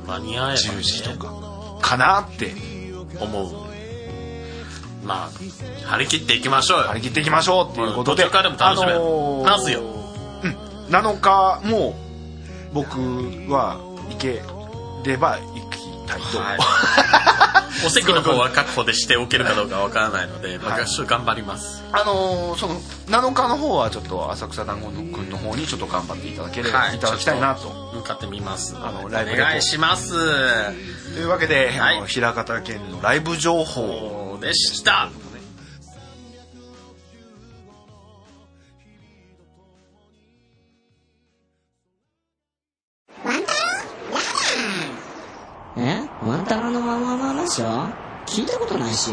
前間に合えば、ね、 10時とかかなって思うまあ張り切っていきましょうよ、張り切っていきましょうっていうことで、うん途中からでも楽しめるますようん7日も僕は行ければ行きたいと、はいお席の方は確保でしておけるかどうかわからないので、まあ、はい合唱頑張ります。 あのーその7日の方はちょっと浅草団子のくんの方にちょっと頑張っていただければ、、はいいただきたいなと向かってみます。あのおライブレポ願いします。というわけで、はいあの平方県のライブ情報そうでした。えワンタロウのまままラジオ聞いたことない聞し。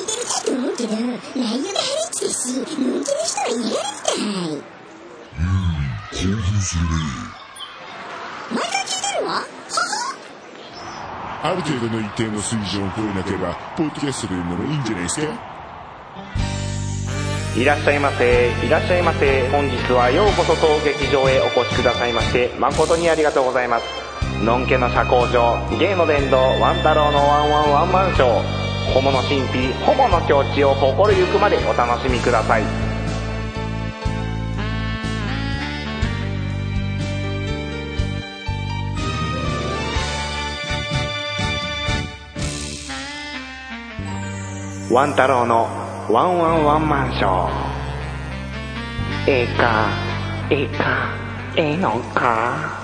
いてみたいと思うけど、内容がハレイチだし、のんきな人は嫌だみたい。興奮するね毎回聞いてるのははある程度の一定の水準を超えなければポッドキャストというものいいんじゃないですかいらっしゃいませいらっしゃいませ本日はようこそ当劇場へお越しくださいまして誠にありがとうございますのんけの社交場芸の殿堂ワン太郎のワンワンワンマンショーホモの神秘ホモの境地を心ゆくまでお楽しみくださいワン太郎のワンワンワンマンショーええかええかええのか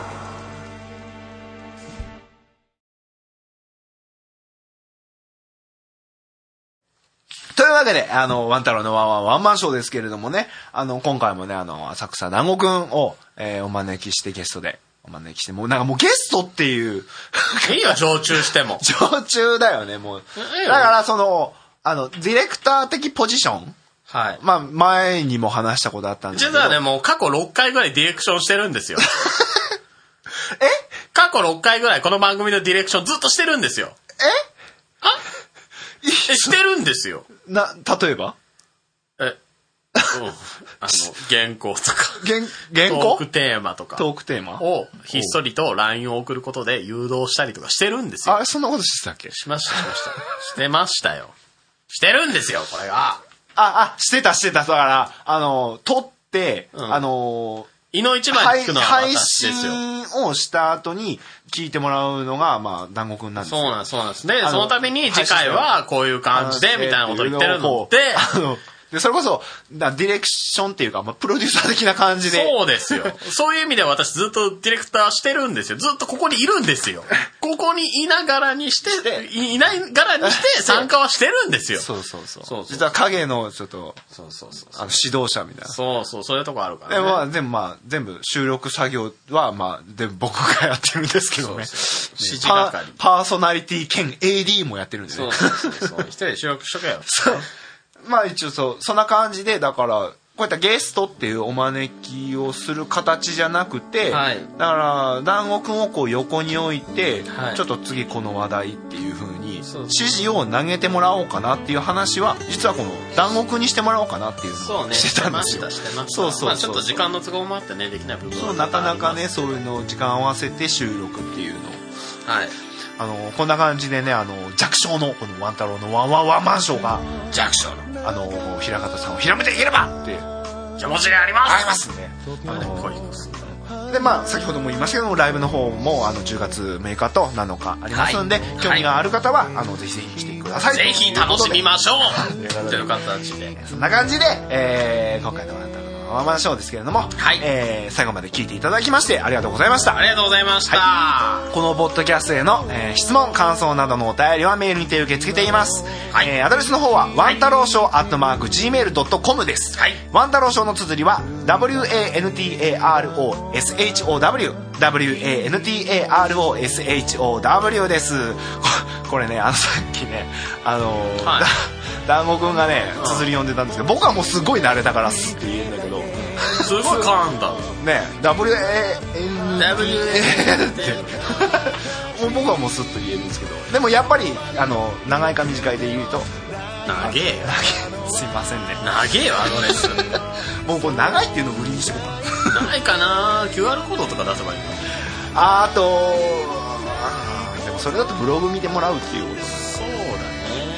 というわけで、あの、ワン太郎のワンワンワンマンショーですけれどもね、あの、今回もね、あの、浅草南郷くんを、えーお招きしてゲストで、お招きして、もうなんかもうゲストっていう、いいよ、常駐しても。常駐だよね、もう。ええだから、その、あの、ディレクター的ポジションはい。まあ、前にも話したことあったんですけ実ど。はね、もう過去6回ぐらいディレクションしてるんですよ。 え過去6回ぐらいこの番組のディレクションずっとしてるんですよ。えあえしてるんですよ。な、例えば え、うんあの、原稿とか。原、原トー稿クテーマとか。トークテーマをひっそりと LINE を送ることで誘導したりとかしてるんですよ。あ、そんなことしてたっけしました、しました。してましたよ。してるんですよ、これが。あ、あ、してたしてた。だから、あの、撮って、んあの、胃の一番配に聞くのは配私ですよ。信をした後に聞いてもらうのが、まあ、団子くんなんですそうよなんです、そうなんです。で、のそのために次回はこういう感じで、みたいなこと言ってるので、あの、で、それこそ、なディレクションっていうか、まあ、プロデューサー的な感じで。 そうですよ。そういう意味では私ずっとディレクターしてるんですよ。ずっとここにいるんですよ。ここにいながらにして、いいないがらに して参加はしてるんですよ。そうそうそう。そうそう実は影の、ちょっと、そうそうそう。あの、指導者みたいな。そうそう、そういうとこあるかでらね。まあ、でもまあ、全部収録作業は、まあ、で僕がやってるんですけどね。そうそう指示パ係ーパーソナリティ兼 AD もやってるんでね。そうそうそうそう。一人で収録しとけよ。 まあ一応そうそんな感じでだからこういったゲストっていうお招きをする形じゃなくて、はいだから団子くんをこう横に置いて、はいちょっと次この話題っていう風に指そう示を投げてもらおうかなっていう話は実はこの団子くんにしてもらおうかなっていうそうのをね。してたんですよ。してました、してました。そうそうそうまあちょっと時間の都合もあってね、できない部分そはうなかなかね。そういうのを時間合わせて収録っていうのをはい。あのこんな感じでねあの弱小のこのワン太郎のワンワンワンマンショーが弱小の。あの平方さんをひらめていければって気持ちがありますありますね。あの恋のすでまあ、先ほども言いましたけどもライブの方もあの10月6日と7日ありますんで、はい興味がある方は、あのぜひぜひ来てくださいぜひ楽しみましょはいうという形で。そんな感じで、えー今回の「ワンタロのワンマンショー」ですけれども、はいえー最後まで聞いていただきましてありがとうございましたありがとうございました。このポッドキャストへの、えー質問感想などのお便りはメールにて受け付けています、はいえーアドレスの方はワンタローショーアットマーク Gmail.com です、はいワンタローショーの綴りは WANTAROSHOWWANTAROSHOW ですここれねあのさっきねあのーはいだ団子くんがね綴り読んでたんですけど僕はもうすごい慣れたからすって言えるんだけどねすごい噛んだ。 WANTAROSHOW W もう僕はもうスッと言えるんですけどでもやっぱりあの長いか短いで言うと長えよ。すいませんね長えよ、アドレス。もうこれ長いっていうのを売りにしてこうかないかな QR コードとか出せばいいのああとあーでもそれだとブログ見てもらうっていうことそうだね。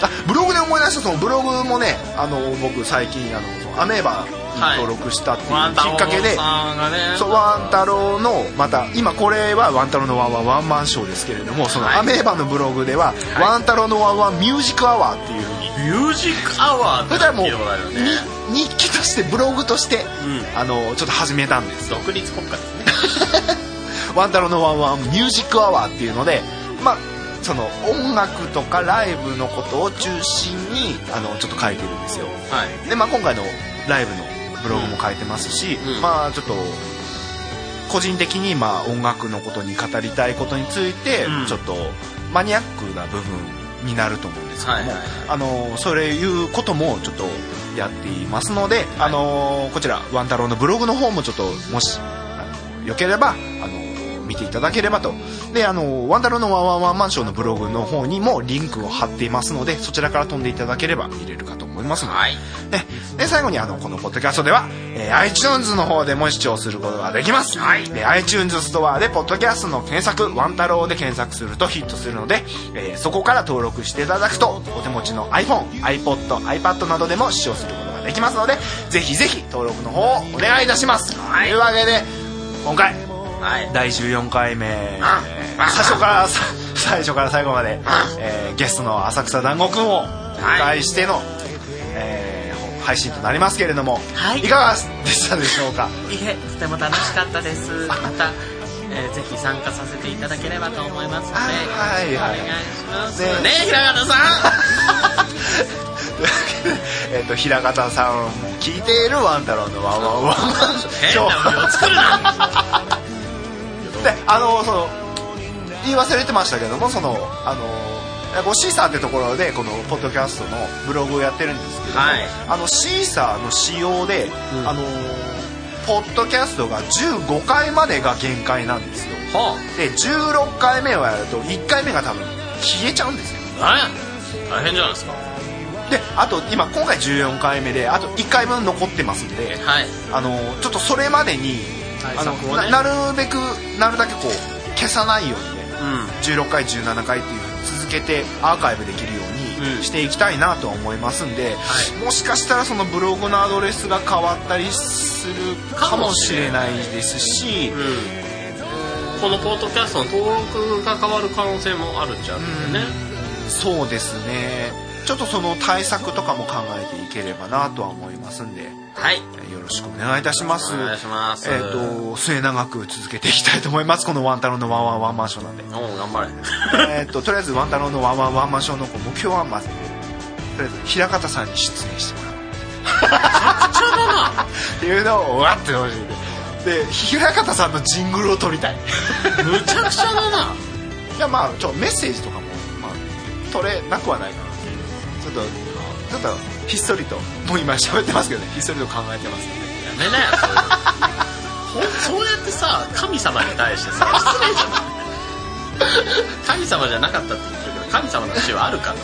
あブログで思い出したそのブログもねあの僕最近あのそのアメーバはい登録したっていうきワンタロっかけで、ウさんがねそうワン太郎のまた今これはワン太郎のワンワンワンマンショーですけれどもそのはいアメーバのブログでは、ワン太郎のワンワンミュージックアワーっていうふうにミュージックアワーっそてれからもう、聞いたことあるよねに日記としてブログとして、んあのちょっと始めたんです独立国家ですねワン太郎のワンワンミュージックアワーっていうのでまあその音楽とかライブのことを中心にあのちょっと書いてるんですよはいで、まあ、今回のライブのブログも書いてますし、うんまあちょっと個人的にまあ音楽のことに語りたいことについてうんちょっとマニアックな部分になると思うんですけども、はいはいはいあのそういうこともちょっとやっていますので、あのこちらワン太郎のブログの方もちょっともしあのよければあの見ていただければとであのワン太郎のワンワンワンマンションのブログの方にもリンクを貼っていますのでそちらから飛んでいただければ見れるかと思いますので、はいね、で最後にあのこのポッドキャストでは、えー iTunes の方でも視聴することができます、で iTunes ストアでポッドキャストの検索「ワン太郎」で検索するとヒットするので、えーそこから登録していただくとお手持ちの iPhoneiPodiPad などでも視聴することができますのでぜひぜひ登録の方をお願いいたします、というわけで今回、第14回目、最初からさ最初から最後まで、えーゲストの浅草団子くんをお迎えしての、えー配信となりますけれども、はいかがでしたでしょうかいえとても楽しかったですまた、えーぜひ参加させていただければと思いますので、はいはいはいお願いしますねね え平方さえっと平方さんも聞いているワン太郎のワンワンワンワン変な海を作るなであのその言い忘れてましたけどもそのあのごシーサーってところでこのポッドキャストのブログをやってるんですけども、はいあのシーサーの仕様で、うんあのポッドキャストが15回までが限界なんですよほうで16回目をやると1回目が多分消えちゃうんですよえ大変じゃないですかであと今今回14回目であと1回分残ってますんではいあのちょっとそれまでに対あの策をねななるべくなるだけこう消さないようにねうん16回17回っていうふうに続けてアーカイブできるよううんにしていきたいなとは思いますんで、もしかしたらそのブログのアドレスが変わったりするかもしれないですし、うんこのポッドキャストの登録が変わる可能性もあるっちゃうんだよね、そうですねちょっとその対策とかも考えていければなとは思いますんではいよろしくお願いいたしますお願いしますえっ、と末永く続けていきたいと思いますこのワン太郎のワンワンワンマンションなんでおう頑張れえっととりあえずワン太郎のワンワンワンマンションのこう目標はまずとりあえず平方さんに出演してもらうっていうのをわってほしいで平方さんのジングルを撮りたいむちゃくちゃだなじゃあまあちょメッセージとかも、まあ、取れなくはないかなちょっとちょっとひっそりともう今喋ってますけどねひっそりと考えてますけどねやめなよそういうの ほんそうやってさ神様に対してさ失礼じゃない神様じゃなかったって言ってるけど神様の死はあるから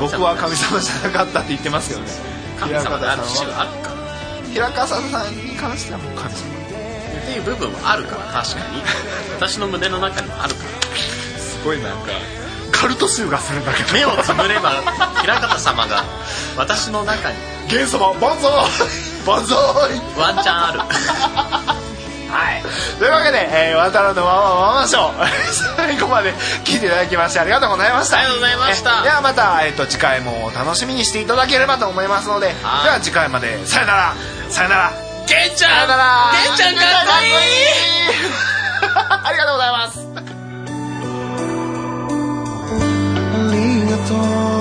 僕は神神様じゃなかったって言ってますけどね神平様方のさあんる死ははあるから平方さんに関してはもう神様っていう部分はあるから確かに私の胸の中にはあるからすごいなんかカルト臭がするんだけど目をつぶれば平方様が私の中にゲン様万歳万歳ワンチャンあるというわけで、えー、ワンタロウのワンワンワンマンショー最後まで聞いていただきましてありがとうございましたありがとうございましたえではまた、えっと次回もお楽しみにしていただければと思いますのででは次回までさよならさよならケンちさゃよんならケンちゃんかっかっこいいありがとうございますありがとう